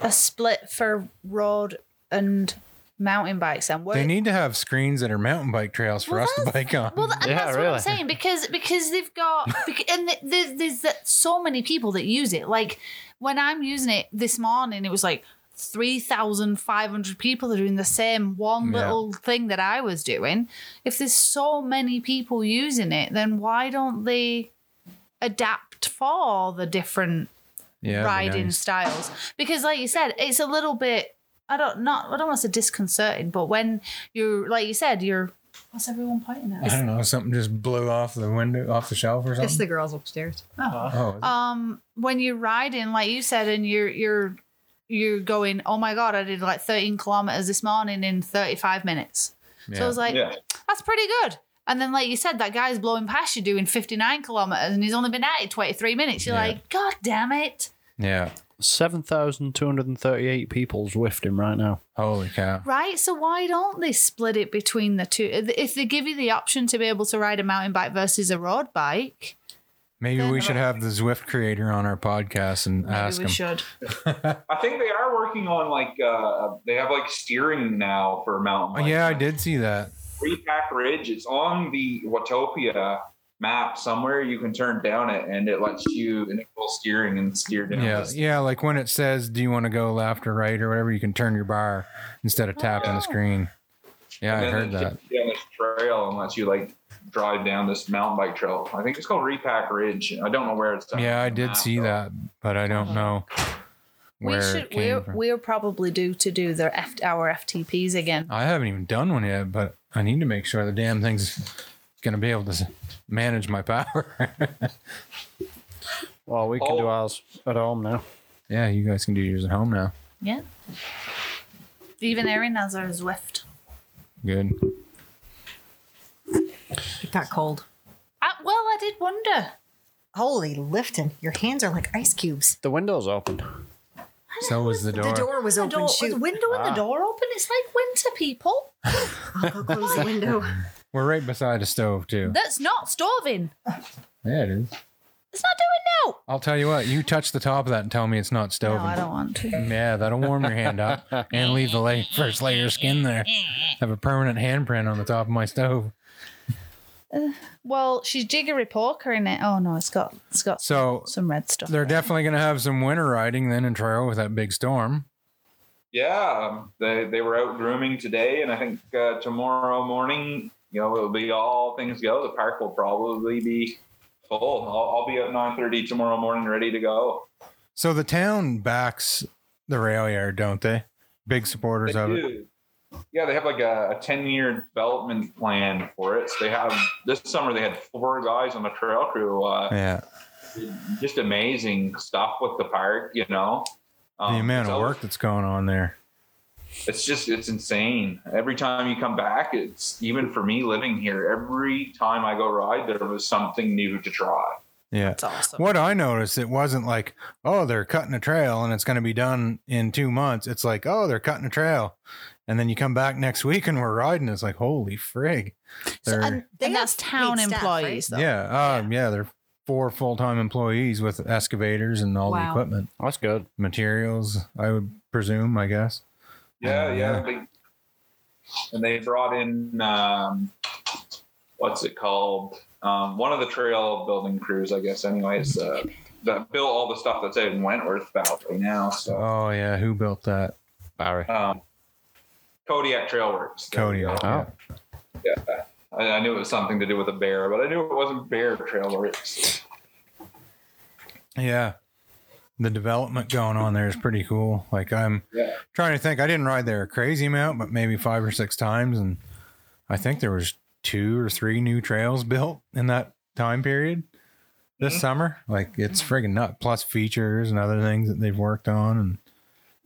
B: a split for road and mountain bikes and
A: They
B: work?
A: need to have screens that are mountain bike trails for
B: Well,
A: us to bike on.
B: well, th- and
C: Yeah,
B: that's what I'm
C: really.
B: saying because because they've
A: (laughs)
B: got bec- and th- there's, there's that so many people that use it. Like when I'm using it this morning, it was like three thousand five hundred people are doing the same one
A: Yeah.
B: little thing that I was doing. If there's so many people using it, then why don't they adapt for the different
A: yeah. that'd be
B: riding
A: nice.
B: styles because like you said it's a little bit i don't not i don't want to say disconcerting but when you're like you said you're what's everyone pointing at
A: I don't know. Something just blew off the window, off the shelf or
E: It's
A: something.
E: the girls upstairs.
A: oh, is it?
B: um when you're riding like you said and you're you're you're going oh my god i did like 13 kilometers this morning in 35 minutes so i
A: Yeah.
B: was like
D: Yeah.
B: that's pretty good and then like you said that guy's blowing past you doing 59 kilometers and he's only been at it 23 minutes you're
A: Yeah.
B: like god damn it
A: yeah.
C: 7,238 people's whiffing right now.
A: Holy cow.
B: Right. So why don't they split it between the two? If they give you the option to be able to ride a mountain bike versus a road bike,
A: Maybe
B: Then- uh,
A: we should have the Zwift creator on our podcast and ask him.
B: should.
D: I think they are working on like, uh, they have like steering now for mountain
A: Oh,
D: bike.
A: yeah, I did see that.
D: Three Pack Ridge, it's on the Watopia map somewhere. You can turn down it and it lets you enable steering and steer down.
A: Yeah,
D: this-
A: yeah. Like when it says, "Do you want to go left or right or whatever?" You can turn your bar instead of tapping the
B: wow. screen.
A: screen. Yeah, I
D: And
A: heard
D: then
A: that.
D: it takes you Down this trail, unless you like drive down this mountain bike trail. I think it's called Repack Ridge. I don't know where it's. at
A: Yeah,
D: on
A: I
D: the
A: did
D: map,
A: see
D: though.
A: that, but I don't know where
B: Uh-huh. we
A: it
B: should. We're,
A: came from.
B: we're probably due to do the F, our FTPs again.
A: I haven't even done one yet, but I need to make sure the damn thing's gonna be able to s- manage my power. (laughs)
C: Well, we can
D: Oh.
C: do ours at home now.
A: yeah, you guys can do yours at home now.
B: Yeah. Even Erin has her Zwift.
A: Good.
E: It got cold.
B: I, Uh, well, I did wonder.
E: Holy lifting. Your hands are like ice cubes.
C: The window's open.
A: So was the door.
E: The door was
B: The,
E: open.
B: door, the
E: Shoot.
B: window and the door open. It's like winter, people.
E: I'll close the window.
A: We're right beside a stove too.
B: That's not stoving.
A: yeah, it is.
B: It's not doing
A: I'll tell you what. You touch the top of that and tell me it's not
B: now.
A: stove.
B: No, I don't want to.
A: (laughs) Yeah, that'll warm your hand up and leave the la- first layer of skin there. Have a permanent handprint on the top of my stove.
B: Well, she's jiggery poker in it. Oh no, it's got it's got
A: So
B: some red stuff.
A: they're definitely going to have some winter riding then in trail with that big storm.
D: um, Yeah, they they were out grooming today, and I think uh, tomorrow morning. you know, it'll be all things go. The park will probably be full. I'll, I'll be up 9.30 tomorrow morning ready to go.
A: So the town backs the rail yard, don't they? Big supporters
D: They
A: of it.
D: do. Yeah, they have like a, a 10 year development plan for it. So they have this summer, they had four guys on the trail crew. Uh,
A: Yeah.
D: just amazing stuff with the park, you know. Um,
A: The amount
D: so
A: of work that's going on there.
D: It's just it's insane. Every time you come back, it's even for me living here. Every time I go ride, there was something new to try.
A: Yeah.
E: That's awesome.
A: What I noticed, it wasn't like, oh, they're cutting a trail and it's going to be done in two months. It's like, oh, they're cutting a trail. And then you come back next week and we're riding. It's like, holy frig. They're,
E: they
B: And
E: have
B: that's town
E: paid staff, right?
B: employees, though.
A: yeah, um, yeah. They're four full time employees with excavators and all the
E: Wow.
A: equipment,
C: That's good.
A: materials, I would presume, I guess.
D: Yeah,
A: Mm,
D: yeah.
A: yeah.
D: They, and they brought in um, what's it called? Um, one of the trail building crews, I guess. Anyways, uh, that built all the stuff that's out in Wentworth Valley now. So
A: Oh, yeah. Who built that? Oh.
C: Barry.
D: um, Kodiak Trailworks. There
A: Cody.
D: we go.
A: yeah.
D: I, I knew it was something to do with a bear, but I knew it wasn't bear trailer. It's-
A: Yeah. The development going on there is pretty cool. Like I'm
D: Yeah.
A: trying to think I didn't ride there a crazy amount, but maybe five or six times and I think there was two or three new trails built in that time period this summer. Like it's friggin' nut plus features and other things that they've worked on and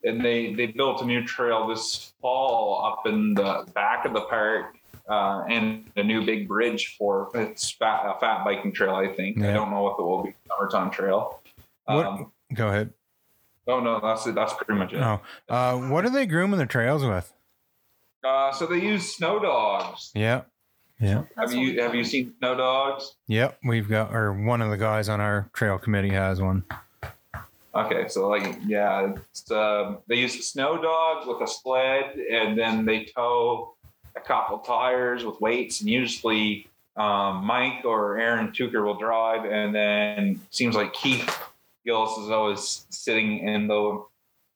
D: And they, they built a new trail this fall up in the back of the park uh, and a new big bridge for it's fat, a fat biking trail, I think. I
A: Yeah.
D: don't know if it will be summertime trail.
A: What-
D: Um,
A: go ahead.
D: oh, no, that's it. That's pretty much it.
A: Oh. Uh what are they grooming the trails with?
D: Uh, so they use snow dogs.
A: Yeah. Yeah.
D: Have you have you seen snow dogs?
A: Yep. We've got or one of the guys on our trail committee has one.
D: Okay, so like yeah, it's, um they use a snow dog with a sled, and then they tow a couple tires with weights, and usually um, Mike or Aaron Tucker will drive, and then seems like Keith Gillis is always sitting in the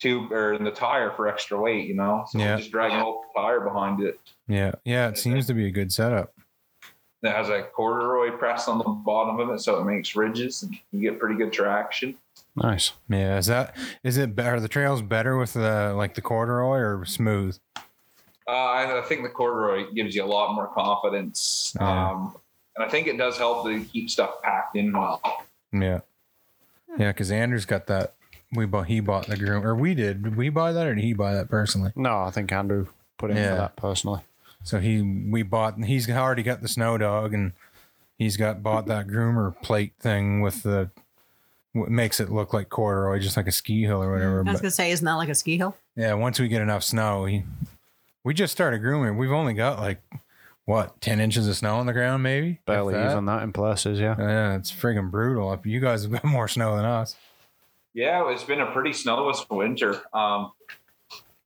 D: tube or in the tire for extra weight, you know, so
A: Yeah.
D: just drag an old tire behind it
A: Yeah. Yeah, it seems to be a good setup.
D: that has a corduroy press on the bottom of it, so it makes ridges, and you get pretty good traction.
C: Nice.
A: Yeah, is that is it better? Are the trails better with the like the corduroy or smooth?
D: Uh, I I think the corduroy gives you a lot more confidence,
A: Yeah.
D: um, and I think it does help to keep stuff packed in well.
A: Yeah, yeah, because Andrew's got that. We bought he bought the groom or we did. Did we buy that or did he buy that personally?
C: No, I think Andrew put in
A: Yeah.
C: for that personally.
A: So he we bought and he's already got the snow dog and he's got bought that groomer plate thing with the what makes it look like corduroy, just like a ski hill or whatever.
F: I was
A: But
F: gonna say, isn't that like a ski hill?
A: yeah, once we get enough snow, he, we just started grooming. We've only got like what ten inches of snow on the ground, maybe if
C: Barely
A: that.
C: using that in places, yeah.
A: Oh, Yeah, it's friggin' brutal. Up You guys have got more snow than us.
D: Yeah, it's been a pretty snowless winter. Um,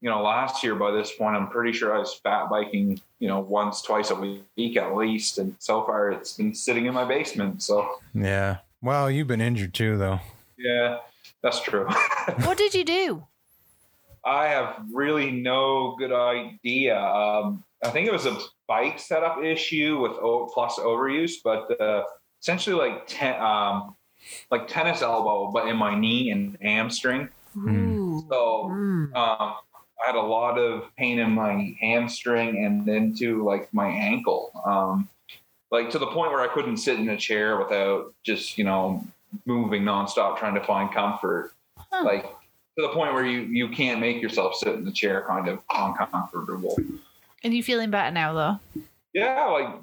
D: you know, last year by this point, I'm pretty sure I was fat biking, you know, once, twice a week at least, and so far it's been sitting in my basement. So
A: Yeah. Well, you've been injured too, though.
D: yeah, that's true. (laughs)
B: What did you do?
D: I have really no good idea. Um, I think it was a bike setup issue with o- plus overuse, but uh, essentially like ten, um, like tennis elbow, but in my knee and hamstring.
A: Hmm.
F: Ooh.
D: So
F: Mm.
D: um, I had a lot of pain in my hamstring and then to like my ankle, um, like to the point where I couldn't sit in a chair without just you know moving nonstop trying to find comfort,
B: Huh.
D: like to the point where you you can't make yourself sit in the chair, kind of uncomfortable.
B: And you feeling better now, though?
D: Yeah, like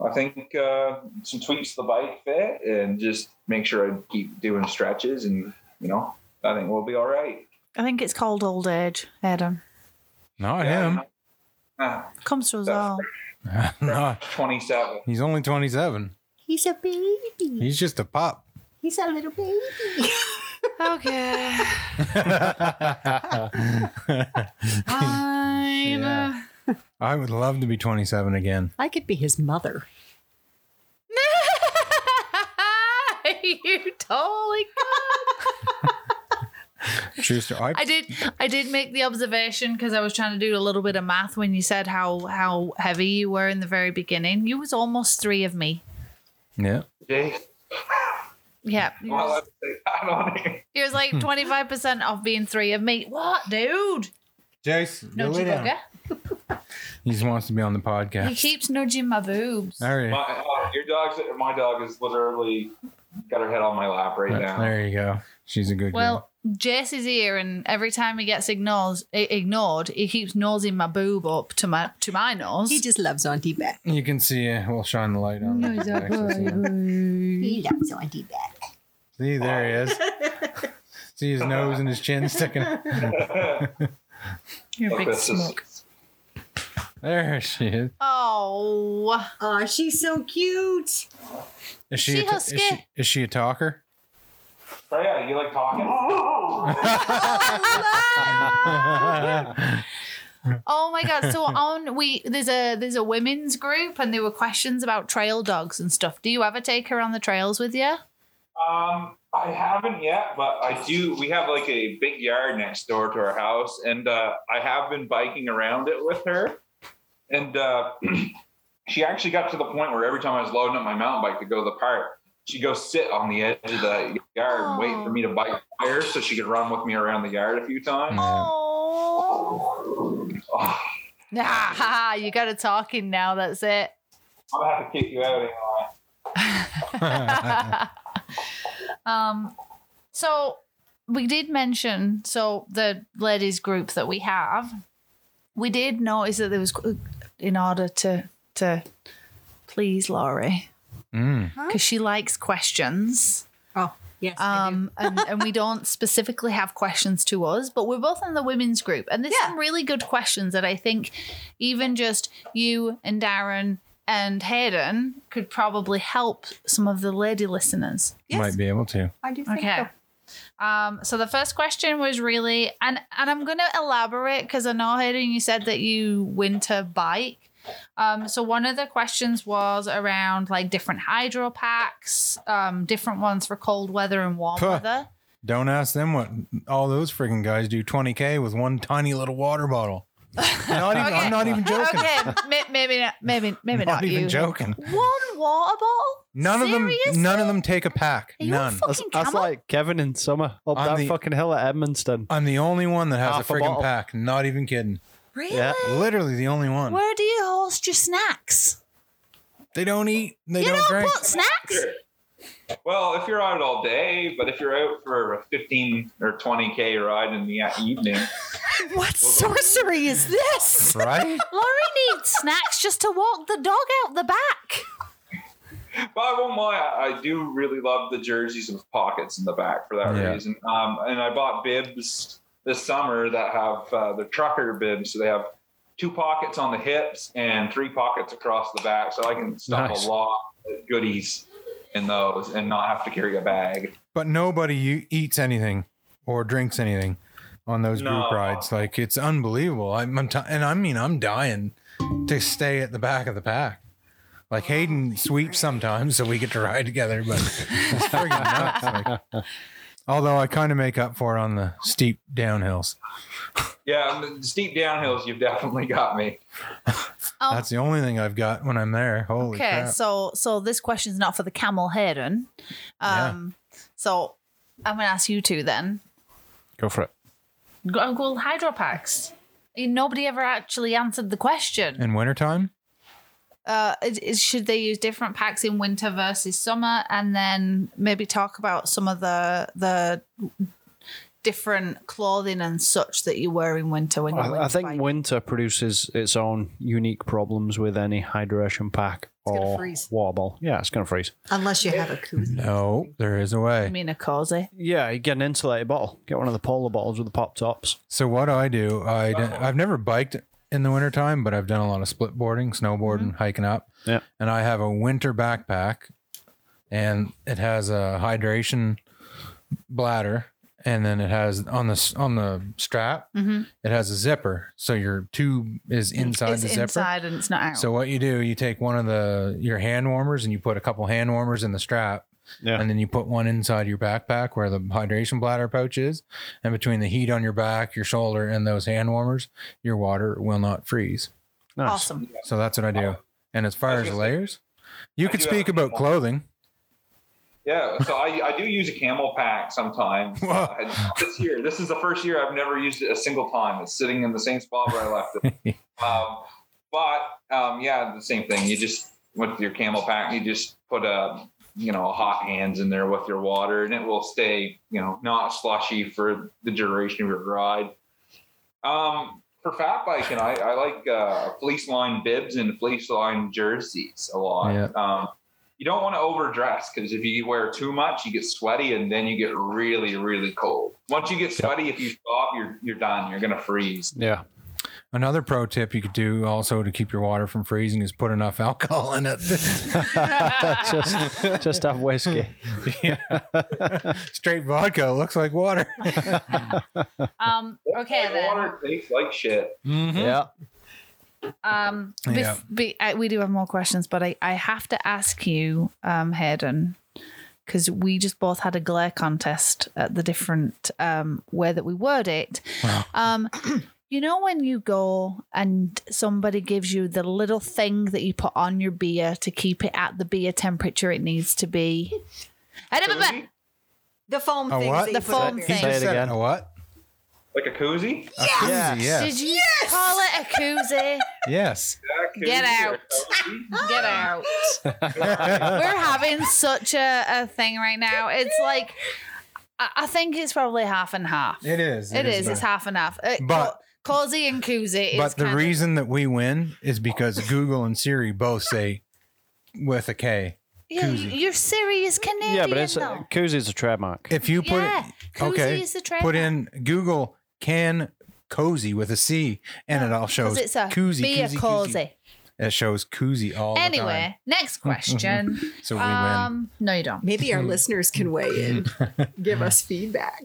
D: I think uh, some tweaks to the bike fit and just make sure I keep doing stretches and you know I think we'll be all right.
B: I think it's called old age, Adam.
A: Not
D: Yeah,
A: him.
D: Ah,
B: Comes to us
D: That's
A: (laughs)
B: all.
A: no,
D: 27.
A: he's only 27.
F: He's a baby.
A: He's just a pop. (laughs)
F: He's a little baby.
D: (laughs)
B: Okay. Fine. (laughs)
A: Yeah. I would love to be 27 again.
F: I could be his mother.
B: you totally
A: Schuster, I,
B: I did. I did make the observation because I was trying to do a little bit of math when you said how how heavy you were in the very beginning. You was almost three of me.
A: yeah.
D: Jay,
B: Yeah, you
D: well,
B: was,
D: I'd say, I don't know.
B: you was like twenty five percent off being three of me. What, dude?
A: Jace,
B: Nudgy bugger.
A: He just wants to be on the
B: He
A: podcast.
B: keeps nudging my boobs.
A: All right.
D: My, uh, your dog's, my dog is literally got her head on my lap right now.
A: There you go. She's a good
B: Well, Jace is here, and every time he gets ignores, i- ignored, he keeps nosing my boob up to my to my nose.
F: He just loves Auntie Beth.
A: girl. You can see it. We'll shine the light on it.
F: He loves Auntie Beth.
A: See, there he is. See his nose and his chin sticking. out.
B: You're a
D: Look,
B: big
D: this is-
B: smoke.
A: There she is.
B: (laughs) Oh,
F: Aw, she's so cute.
A: Is she,
B: She
A: a ta- is,
B: husky.
A: she is she a
B: (laughs)
A: talker?
D: Oh, yeah, you like talking?
A: (laughs)
B: oh my god! So on we there's a there's a women's group, and there were questions about trail dogs and stuff. Do you ever take her on the trails with you?
D: Um, I haven't yet, but I do. We have like a big yard next door to our house, and uh, I have been biking around it with her. And uh, (clears throat) she actually got to the point where every time I was loading up my mountain bike to go to the park, she'd go sit on the edge of the yard and wait for me to bike by her so she could run with me around the yard a few times.
B: Oh,
D: Oh,
B: nah, haha, Ah, you got to talking now. That's it.
D: I'm gonna have to kick you out. Anyway.
B: um, so we did mention so the ladies group that we have. We did notice that there was, in order to to please Laurie, (laughs)
A: Mm.
B: because she likes questions.
F: Oh, yes. I do.
B: Um, and, and we
F: (laughs)
B: don't specifically have questions to us, but we're both in the women's group. And there's some really good questions that I think even just you and Darren and Hayden could probably help some of the lady listeners.
F: Yes.
A: Might be able to.
F: I do think
B: Okay.
F: so.
B: Um, so the first question was really, and and I'm going to elaborate because I know Hayden, you said that you winter bike. Um, so one of the questions was around like different hydro packs, um, different ones for cold weather and warm
A: Huh.
B: weather.
A: Don't ask them what all those freaking guys do 20K with one tiny little water bottle. Not even,
B: Okay.
A: I'm not even joking.
B: Okay, may- maybe not, maybe maybe
A: Not,
B: not,
A: even
B: you.
A: joking.
B: One water bottle?
A: None of
B: Seriously?
A: them none of them take a pack.
B: Are you
A: None.
B: fucking
C: That's, that's
B: camel?
C: like Kevin in summer up
A: I'm
C: that
A: the-
C: fucking hill at Edmonton.
A: I'm the only one that has
C: Half
A: a
C: a
A: freaking
C: bottle.
A: pack. Not even kidding.
B: Really?
C: Yeah.
A: Literally the only one.
B: Where do you host your snacks?
A: They don't eat. They
B: you
A: don't,
B: don't
A: drink.
B: put
D: (laughs)
B: snacks.
D: Well, if you're out all day, but if you're out for a 15 or 20k ride in the evening, (laughs)
F: What sorcery is
B: (laughs)
F: this?
A: Right?
B: Laurie needs snacks just to walk the dog out the back.
D: But I won't lie, I I do really love the jerseys with pockets in the back for that
A: Yeah.
D: reason. Um, and I bought bibs this summer that have uh, the trucker bibs, so they have two pockets on the hips and three pockets across the back, so I can stuff
C: Nice.
D: a lot of goodies in those and not have to carry a bag.
A: But nobody u- eats anything or drinks anything on those group
D: No.
A: rides. Like it's unbelievable. I'm, I'm t- and I mean I'm dying to stay at the back of the pack. Like Hayden sweeps sometimes, so we get to ride together. But it's friggin' nuts. Like, although I kind of make up for it on the steep downhills.
D: Yeah, and the steep downhills, you've definitely got me.
B: Um,
A: That's the only thing I've got when I'm there. Holy
B: okay,
A: crap!
B: so so this question's not for the camel Hayden. Um so I'm gonna ask you two then.
C: Go for it.
B: Go well, hydro packs. Nobody ever actually answered the question.
A: In wintertime,
B: Uh, is, is- should they use different packs in winter versus summer, and then maybe talk about some of the the different clothing and such that you wear in winter when you're
C: I, I think
B: winter
C: winter produces its own unique problems with any hydration pack
F: gonna
C: or
F: freeze.
C: water bottle. Yeah, it's going to freeze.
F: Unless you have a koozie.
A: no, there is a way.
B: I mean a cozy.
C: Yeah, you get an insulated bottle. Get one of the polar bottles with the pop tops.
A: So what I do, I d- I've never biked in the wintertime, but I've done a lot of split boarding, snowboarding, hiking up.
C: Yeah.
A: And I have a winter backpack, and it has a hydration bladder, and then it has on the s- on the strap,
B: Mm-hmm.
A: it has a zipper, so your tube is inside
B: it's
A: the zipper.
B: inside and it's not out.
A: So what you do, you take one of the your hand warmers and you put a couple hand warmers in the strap,
C: Yeah.
A: And then you put one inside your backpack where the hydration bladder pouch is. And between the heat on your back, your shoulder, and those hand warmers, your water will not freeze.
C: Nice.
B: Awesome. (laughs)
A: So that's what I do. And as
D: I
A: far
D: was
A: as
D: gonna say-
A: layers, you
D: I
A: could
D: do have
A: speak
D: a
A: about
D: camel.
A: clothing.
D: Yeah, so I, I do use a camel pack sometimes.
A: Whoa.
D: Uh, this year, this is the first year I've never used it a single time. It's sitting in the same spot where I left it. um, but um, yeah, the same thing. You just with your camel pack, you just put a you know hot hands in there with your water, and it will stay you know not slushy for the duration of your ride. Um, for fat biking, I, I like uh, fleece lined bibs and fleece lined jerseys a lot.
A: Yeah.
D: Um, you don't want to overdress because if you wear too much, you get sweaty and then you get really, really cold. Once you get sweaty, if you stop, you're you're done. You're gonna freeze.
F: (laughs)
C: Yeah.
A: Another pro tip you could do also to keep your water from freezing is put enough (laughs) alcohol in it.
C: just, just have whiskey.
A: Straight vodka looks like water.
B: (laughs) Um, okay, then.
D: Water tastes like shit.
C: Yeah.
B: Um, bef-
A: Yeah.
B: be- I, we do have more questions, but I, I have to ask you, um, Hayden, because we just both had a glare contest at the different um, way that we word it.
A: Wow.
B: Um, (clears throat) you know when you go and somebody gives you the little thing that you put on your beer to keep it at the beer temperature it needs to be. I never
D: Koozie?
F: The foam
A: A
F: thing.
A: what?
B: The foam
A: He
B: Say
A: just
C: it
A: said
C: again.
A: a what?
D: Like a koozie?
A: A koozie, yes.
B: Did you call it a koozie?
A: Yes.
D: Yeah,
B: Get
D: koozie or
B: out.
D: (laughs) koozie.
B: Get out. We're having such a, a thing right now. It's like, I, I think it's probably half and half.
A: It is.
B: it is. It's half and half. Uh,
A: But-
B: co- cozy and koozie. is
A: But the
B: kind of-
A: reason that we win is because Google and Siri both say with a K.
B: yeah, you-
A: koozie.
B: you're serious Canadian.
C: Yeah, but it's
B: though.
C: koozie's a trademark.
A: If you put
B: yeah,
A: it,
B: koozie
A: okay,
B: is the trademark.
A: put in Google can cozy with a C, and it all shows
B: Oh, 'Cause it's a
A: koozie,
B: beer
A: koozie,
B: cozy.
A: koozie. It shows koozie all the
B: Anyway,
A: (laughs)
B: next question.
A: time. So we win.
B: um, no, you don't.
E: Maybe our listeners can weigh in, give us feedback.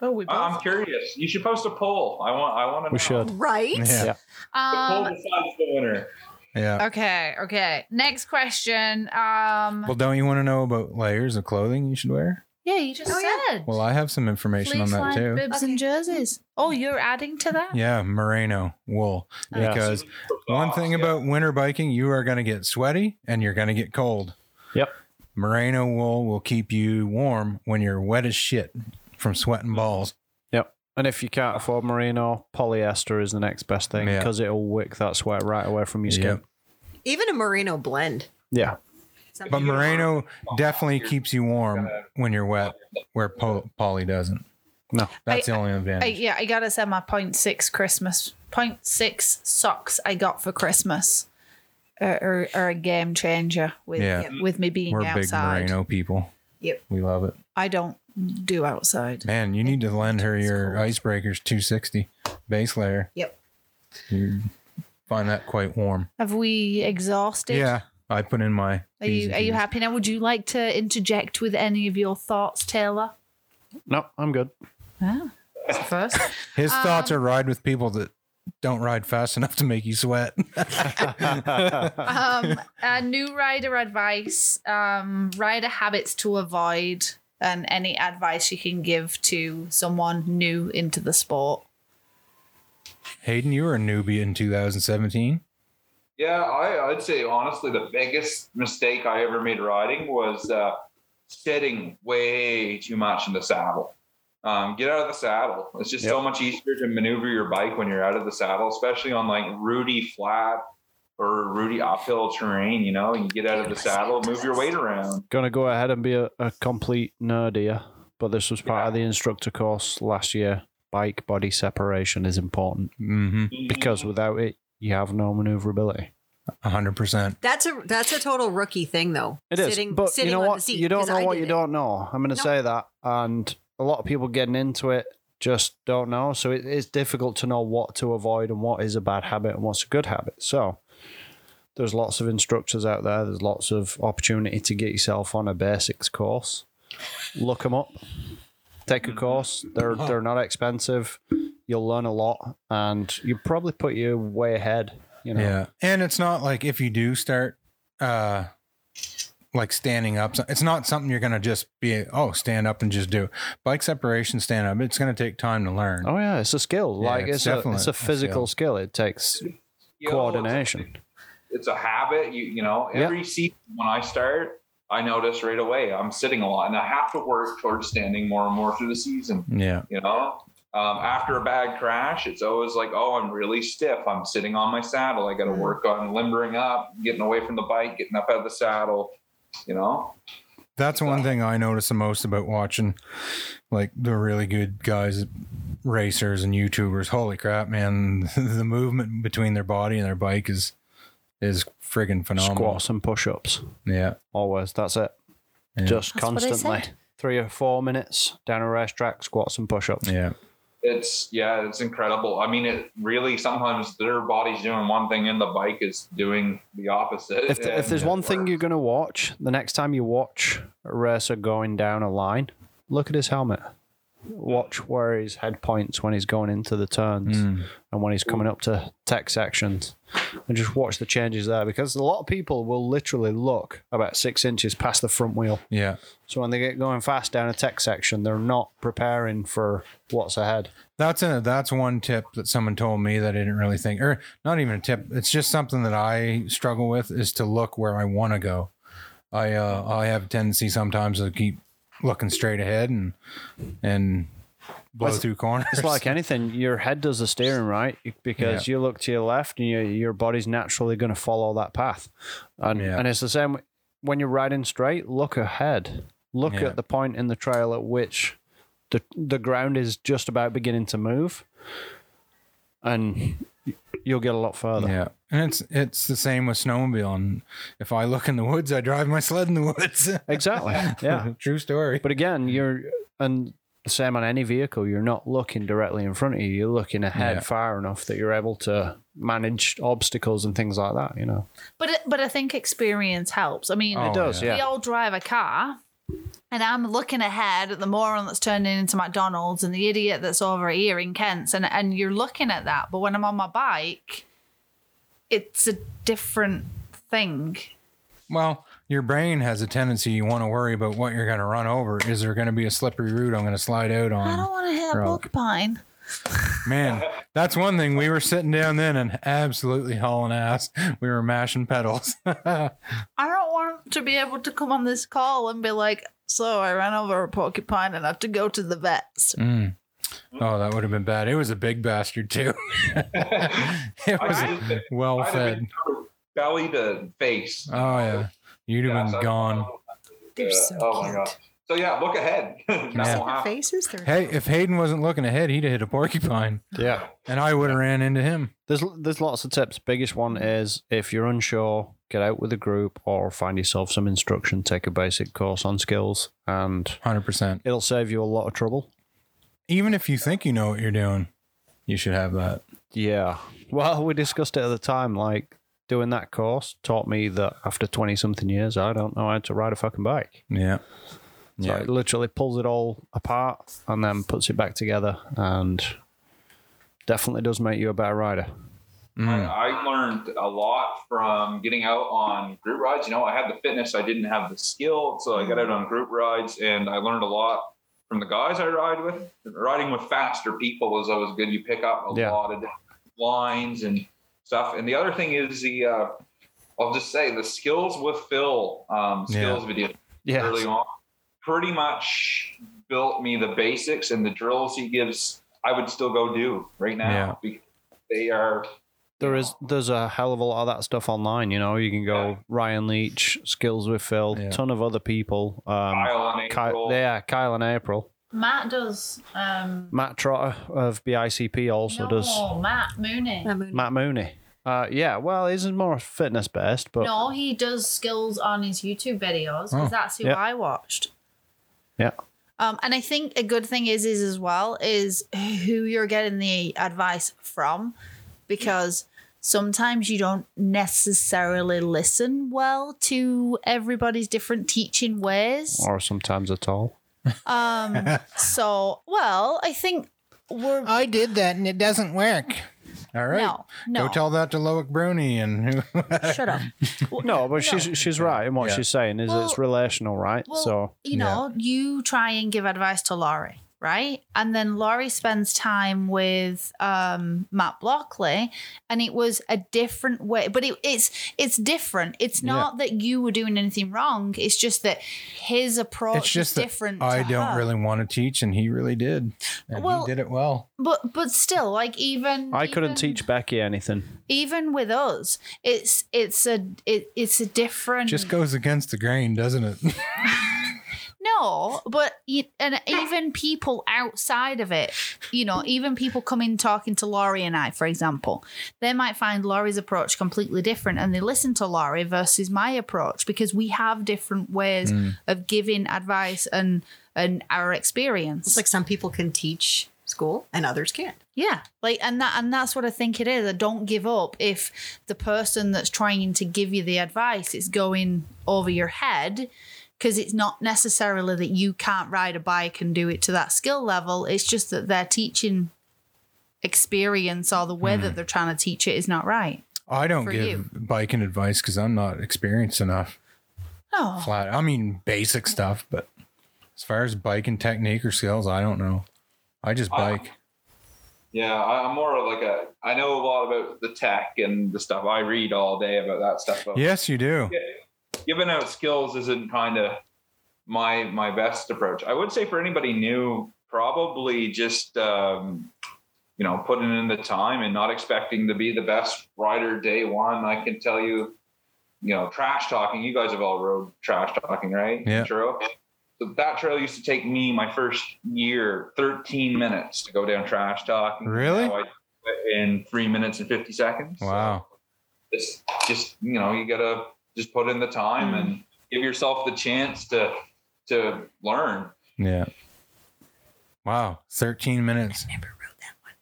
B: Oh, we
D: I'm curious. You should post a poll. I want. I want to.
C: we
D: know.
C: should.
E: right?
A: (laughs) Yeah.
C: Yeah.
D: The poll
B: Um,
D: decides the winner.
A: Yeah.
B: okay, okay. Next question. Um,
A: Well, don't you want to know about layers of clothing you should wear?
B: yeah, you just
F: Oh, yeah.
B: said.
A: Well, I have some information
B: Fleece
A: on that
B: lined
A: too.
B: bibs
F: Okay.
B: and jerseys. Oh, you're adding to that?
A: Yeah, merino wool.
B: Oh.
C: Yeah.
A: Because one thing about winter biking, you are going to get sweaty and you're going to get cold.
C: Yep.
A: Merino wool will keep you warm when you're wet as shit from sweating balls.
C: Yep. And if you can't afford merino, polyester is the next best thing
A: Yeah.
C: because it'll wick that sweat right away from your skin.
A: Yep.
F: Even a merino blend.
C: Yeah.
A: But merino definitely keeps you warm
D: Gotta-
A: when you're wet, where po- poly doesn't.
C: No.
A: That's
B: I-
A: the only
B: I,
A: advantage.
B: yeah, I gotta say my point six Christmas point six socks I got for Christmas are, are, are a game changer with
A: Yeah.
B: with me being
A: We're big
B: outside.
A: merino people.
F: Yep.
A: We love it.
B: I don't do outside.
A: Man, you need to lend her your icebreakers 260 base layer.
F: Yep.
A: You find that quite warm.
B: Have we exhausted?
A: Yeah. I put in my.
B: Are you
A: Bs
B: are you
A: and Cs.
B: happy now? Would you like to interject with any of your thoughts, Taylor?
C: No, I'm good.
B: Yeah. First.
A: His thoughts
B: um,
A: are ride with people that don't ride fast (laughs) enough to make you
B: (laughs)
A: sweat.
B: um, uh, new rider advice, um, rider habits to avoid, and any advice you can give to someone new into the sport.
A: Hayden, you were a newbie in 2017.
D: Yeah, I, I'd say honestly, the biggest mistake I ever made riding was uh, sitting way too much in the saddle. Um, get out of the saddle. It's just so much easier to maneuver your bike when you're out of the saddle, especially on like rooty flat or rooty uphill terrain. You know, you get out of the saddle, move your weight around.
C: Gonna go ahead and be a, a complete nerd here, but this was part of the instructor course last year. Bike body separation is important
A: Mm-hmm.
C: because without it, you have no maneuverability.
A: 100%.
F: That's a that's a total rookie thing though.
C: It is,
F: Sitting,
C: but
F: sitting
C: you know
F: on
C: what?
F: The seat,
C: you don't
F: 'cause
C: know
F: I
C: what
F: did
C: you
F: it.
C: don't know. I'm going to
F: No.
C: say that, and a lot of people getting into it just don't know. So it, it's difficult to know what to avoid and what is a bad habit and what's a good habit. So there's lots of instructors out there. There's lots of opportunity to get yourself on a basics course. Look them up. Take a course. They're
A: Oh.
C: they're not expensive. You'll learn a lot, and you probably put you way ahead. You know.
A: Yeah. And it's not like if you do start uh like standing up. So It's not something you're going to just be, oh, stand up and just do. Bike separation, stand up, it's going to take time to learn.
C: Oh yeah, it's a skill.
A: Yeah,
C: like
A: it's
C: it's, a
A: definitely
C: it's a
A: a skill.
C: physical skill. It takes
D: You know,
C: coordination.
D: It's a habit. You you know,
C: Yeah.
D: every season when I start, I notice right away I'm sitting a lot, and I have to work towards standing more and more through the season.
A: Yeah.
D: You know, um, after a bad crash, it's always like, oh, I'm really stiff. I'm sitting on my saddle. I got
C: Mm.
D: to work on limbering up, getting away from the bike, getting up out of the saddle. You know,
A: That's one thing I notice the most about watching like the really good guys, racers and YouTubers. Holy crap, man. (laughs) the movement between their body and their bike is is friggin' phenomenal.
C: Squats and push ups.
A: Yeah.
C: Always. That's it.
A: Yeah.
C: Just
B: That's what I
C: constantly.
B: said.
C: Three or four minutes down a racetrack, squats and push ups.
A: Yeah.
D: it's yeah, it's incredible. I mean, it really sometimes their body's doing one thing and the bike is doing the opposite.
C: If, if
D: and
C: there's
D: it
C: one thing
D: works.
C: you're going to watch, the next time you watch a racer going down a line, look at his helmet. Watch where his head points when he's going into the turns and when he's coming up to tech sections. And just watch the changes there because a lot of people will literally look about six inches past the front wheel.
A: Yeah.
C: So when they get going fast down a tech section, they're not preparing for what's ahead.
A: That's a that's one tip that someone told me that I didn't really think, or not even a tip. It's just something that I struggle with is to look where I want to go. I uh, I have a tendency sometimes to keep looking straight ahead and and blow
C: It's-
A: through corners.
C: It's
A: (laughs)
C: like anything, your head does the steering, right? Because you look to your left and your, your body's naturally going to follow that path. And,
A: Yeah.
C: and it's the same when you're riding straight, look ahead. Look
A: Yeah.
C: at the point in the trail at which the, the ground is just about beginning to move. And you'll get a lot further.
A: yeah, and it's it's the same with snowmobiling. If I look in the woods, I drive my sled in the woods. (laughs)
C: Exactly. Yeah.
A: true story.
C: But again, you're and the same on any vehicle, you're not looking directly in front of you. You're looking ahead
A: Yeah.
C: far enough that you're able to manage obstacles and things like that, you know.
B: But but I think experience helps. I mean,
A: Oh,
C: it does,
A: yeah.
C: yeah.
B: we all drive a car and I'm looking ahead at the moron that's turning into McDonald's and the idiot that's over here in Kent's and, and you're looking at that. But when I'm on my bike, it's a different thing.
A: Well, your brain has a tendency you want to worry about what you're going to run over. Is there going to be a slippery route I'm going to slide out on?
B: I don't want to hit a
A: Right.
B: book pine.
D: (laughs)
A: Man, that's one thing. We were sitting down then and absolutely hauling ass. We were mashing pedals. (laughs)
B: I don't want to be able to come on this call and be like, so I ran over a porcupine and have to go to the vets.
A: Mm. Oh, that would have been bad. It was a big bastard too. (laughs) it
D: I'd
A: was
C: (laughs)
D: have been-
A: well
D: I'd have
A: fed.
D: been through belly to face.
A: Oh yeah, you'd have
D: Yes,
A: been
D: I-
A: gone.
F: They're
D: Uh,
F: so
D: oh my
F: cute.
D: god. So yeah, look ahead. (laughs) That
A: Yeah.
D: won't
F: Their
D: happen.
F: faces, their
A: Hey, if Hayden wasn't looking ahead, he'd have hit a porcupine,
C: Yeah.
A: and I would have ran into him.
C: There's there's lots of tips. Biggest one is if you're unsure, get out with a group or find yourself some instruction, take a basic course on skills and
A: Hundred percent.
C: it'll save you a lot of trouble.
A: Even if you think you know what you're doing, you should have that.
C: Yeah. Well, we discussed it at the time. Like doing that course taught me that after twenty something years, I don't know how to ride a fucking bike.
A: Yeah.
C: So
A: Yeah.
C: it literally pulls it all apart and then puts it back together, and definitely does make you a better rider.
D: I,
A: Mm.
D: I learned a lot from getting out on group rides. You know, I had the fitness, I didn't have the skill, so I got out on group rides, and I learned a lot from the guys I ride with. Riding with faster people is always good. You pick up a
C: Yeah.
D: lot of different lines and stuff. And the other thing is the, uh, I'll just say the skills with Phil um, skills video
C: Yeah.
D: early on pretty much built me the basics and the drills he gives i would still go do right now
A: Yeah.
D: because they are
C: There is there's a hell of a lot of that stuff online. You know, you can go
D: Yeah.
C: Ryan Leach, Skills with Phil,
A: Yeah.
C: ton of other people. Um,
D: Kyle and April.
C: Kyle, yeah, Kyle and April.
B: Matt does. Um,
C: Matt Trotter of BICP also does.
B: Matt Mooney.
F: I mean,
C: Matt Mooney. Uh, yeah, well, his is more fitness based, but
B: No, he does skills on his YouTube videos
A: Oh,
B: because that's who
C: yeah.
B: I watched.
C: Yeah.
B: Um, and I think a good thing is is as well is who you're getting the advice from, because sometimes you don't necessarily listen well to everybody's different teaching ways.
C: or sometimes at all.
B: Um, so well, I think we're
A: Uh, I did that and it doesn't work. All right.
B: No, no.
A: Go tell that to Loic Bruni and who. (laughs)
B: Shut up.
C: No, but she's she's right in what
A: Yeah.
C: she's saying is
B: Well-
C: it's relational, right?
B: Well,
C: so
B: you
A: yeah.
B: know, you try and give advice to Laurie, right? And then Laurie spends time with um, Matt Blockley, and it was a different way. But it, it's it's different. It's
A: Yeah.
B: not that you were doing anything wrong. It's just that his approach
A: It's just
B: is
A: that
B: different.
A: I
B: to
A: don't
B: her.
A: really want to teach, and he really did. And
B: Well-
A: he did it well.
B: But but still, like even
C: I couldn't
B: even-
C: teach Becky anything.
B: Even with us, it's it's a it, it's a different.
A: Just goes against the grain, doesn't it?
B: (laughs) No, but e- and even people outside of it, you know, even people coming talking to Laurie and I, for example, they might find Laurie's approach completely different, and they listen to Laurie versus my approach because we have different ways of giving advice and and our experience.
F: It's like some people can teach school and others can't.
B: Yeah, like and that and that's what I think it is. I don't give up if the person that's trying to give you the advice is going over your head because it's not necessarily that you can't ride a bike and do it to that skill level. It's just that their teaching experience or the way
F: Mm.
B: that they're trying to teach it is not right.
A: I don't
B: For
A: give
B: you.
A: biking advice because I'm not experienced enough.
B: Oh,
A: Flat. I mean, basic stuff, but as far as biking technique or skills, I don't know. I just
D: I-
A: bike.
D: Yeah, I, I'm more of like a. I know a lot about the tech and the stuff. I read all day about that stuff. But
A: yes, you do.
D: giving out skills isn't kind of my my best approach. I would say for anybody new, probably just um, you know putting in the time and not expecting to be the best rider day one. I can tell you, you know, trash talking. You guys have all rode trash talking, right?
A: Yeah.
D: Trail. So that trail used to take me my first year 13 minutes to go down trash talking.
A: Really?
D: Now I do it in three minutes and 50 seconds. So
A: Wow.
D: it's just you know you gotta just put in the time
A: Mm.
D: and give yourself the chance to to learn (laughs)
A: Yeah. Wow. 13 minutes.
F: Never wrote that.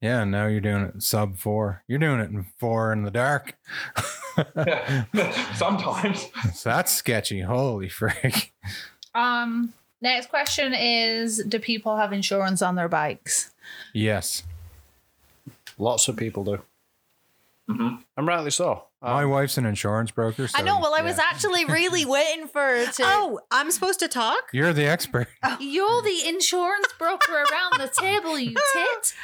A: Yeah, now you're doing it sub four. You're doing it in four in the dark. (laughs)
D: sometimes
A: So that's sketchy. Holy (laughs) frick.
B: um, next question is: Do people have insurance on their bikes?
A: Yes.
C: Lots of people do.
D: Mhm.
C: And rightly so.
A: My wife's an insurance broker. So
B: Um, I know. Well, I was
A: yeah.
B: actually really waiting for to.
F: Oh, I'm supposed to talk?
A: You're the
B: (laughs)
A: expert.
B: You're the insurance broker around the table, you tit.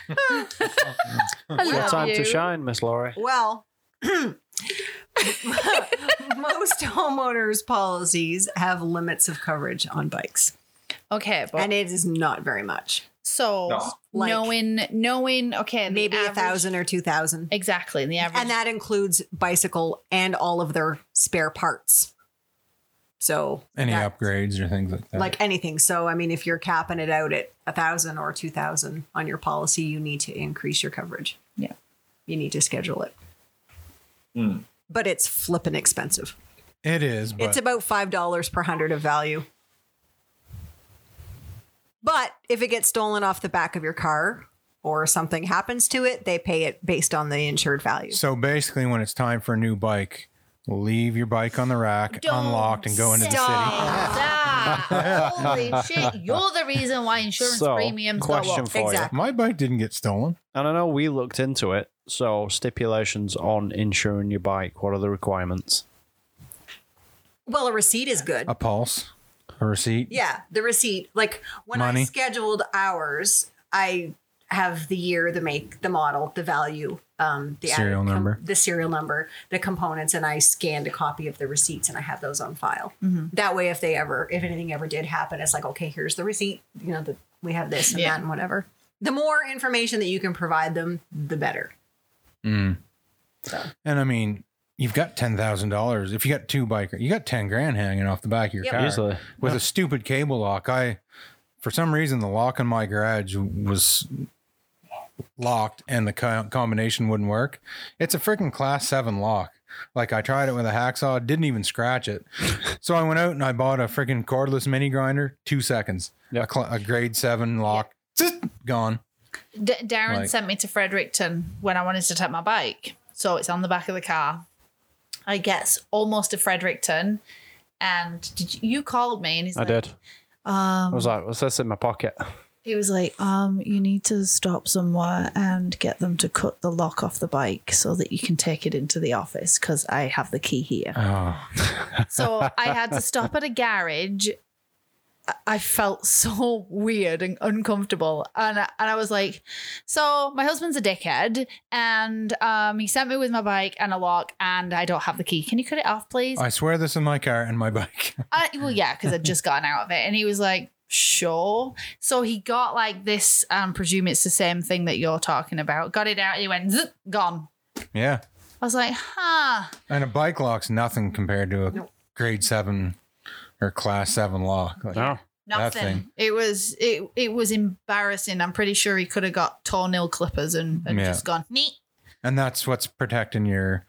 B: I
C: Your
B: love
C: time
B: you.
C: to shine, Miss Laurie.
F: (laughs) Well, most homeowners' policies have limits of coverage on bikes,
B: Okay, but
F: and it is not very much.
B: so
D: No.
F: Like-
B: knowing, knowing, okay, the
F: Maybe a
B: average-
F: thousand or two thousand.
B: Exactly, the average.
F: And that includes bicycle and all of their spare parts. So
A: Any
F: that-
A: upgrades or things like that?
F: like anything. So I mean, if you're capping it out at a thousand or two thousand on your policy, you need to increase your coverage.
B: Yeah.
F: You need to schedule it.
D: Hmm.
F: But it's flippin' expensive.
A: it is, but
F: it's about five dollars per hundred of value. But if it gets stolen off the back of your car or something happens to it, they pay it based on the insured value.
A: so basically, when it's time for a new bike, leave your bike on the rack, unlocked, and go into (laughs)
B: say that. Holy shit! You're the reason why insurance
C: So,
B: premiums go
C: question
B: up.
C: for
A: the
F: Exactly.
A: city. My bike didn't get stolen.
C: And I know we looked into it. So stipulations on insuring your bike. What are the requirements?
F: Well, a receipt is good.
A: A pulse, a receipt.
F: Yeah, the receipt. Like when I
A: Money.
F: scheduled hours, I have the year, the make, the model, the value, um, the
A: Serial
F: added
A: number.
F: the serial number, the components, and I scanned a copy of the receipts, and I have those on file. That way, if they ever, if anything ever did happen, it's like, okay, here's the receipt. You know, the, we have this and
B: Yeah.
F: that and whatever. The more information that you can provide them, the better.
A: Mm. And I mean, you've got ten thousand dollars. If you got two biker, you got ten grand hanging off the back of your
F: Yep.
A: car
C: Easily.
A: with a stupid cable lock. I, for some reason, the lock on my garage was locked, and the co- combination wouldn't work. It's a freaking class seven lock. Like I tried it with a hacksaw, it didn't even scratch it. so I went out and I bought a freaking cordless mini grinder. Two seconds,
C: Yeah.
A: a, cl- a grade seven lock, Tsk, gone.
B: D- Darren
A: Like-
B: sent me to Fredericton when I wanted to take my bike. So it's on the back of the car. I get almost to Fredericton. And did you, you called me and he's
C: I
B: like,
C: did.
B: Um,
C: I was like, what's this in my pocket?
G: He was like, um, you need to stop somewhere and get them to cut the lock off the bike so that you can take it into the office because I have the key here.
A: Oh,
B: So I had to stop at a garage. I- I felt (laughs) so weird and uncomfortable, and I, and I was like, "So my husband's a dickhead, and um, he sent me with my bike and a lock, and I don't have the key. Can you cut it off, please?"
A: I swear this is my car and my (laughs) bike.
B: I, well, yeah, because I'd just gotten out of it. And he was like, sure. So he got like this, and um, presume it's the same thing that you're talking about. Got it out. He went, Zzz, gone.
A: yeah.
B: I was like, huh.
A: And a bike lock's nothing compared to a grade seven or class seven lock. Like,
C: No.
A: That
B: Nothing.
A: thing.
B: It was it it was embarrassing. I'm pretty sure he could have got toenail clippers and, and
A: Yeah.
B: just gone neat.
A: And that's what's protecting your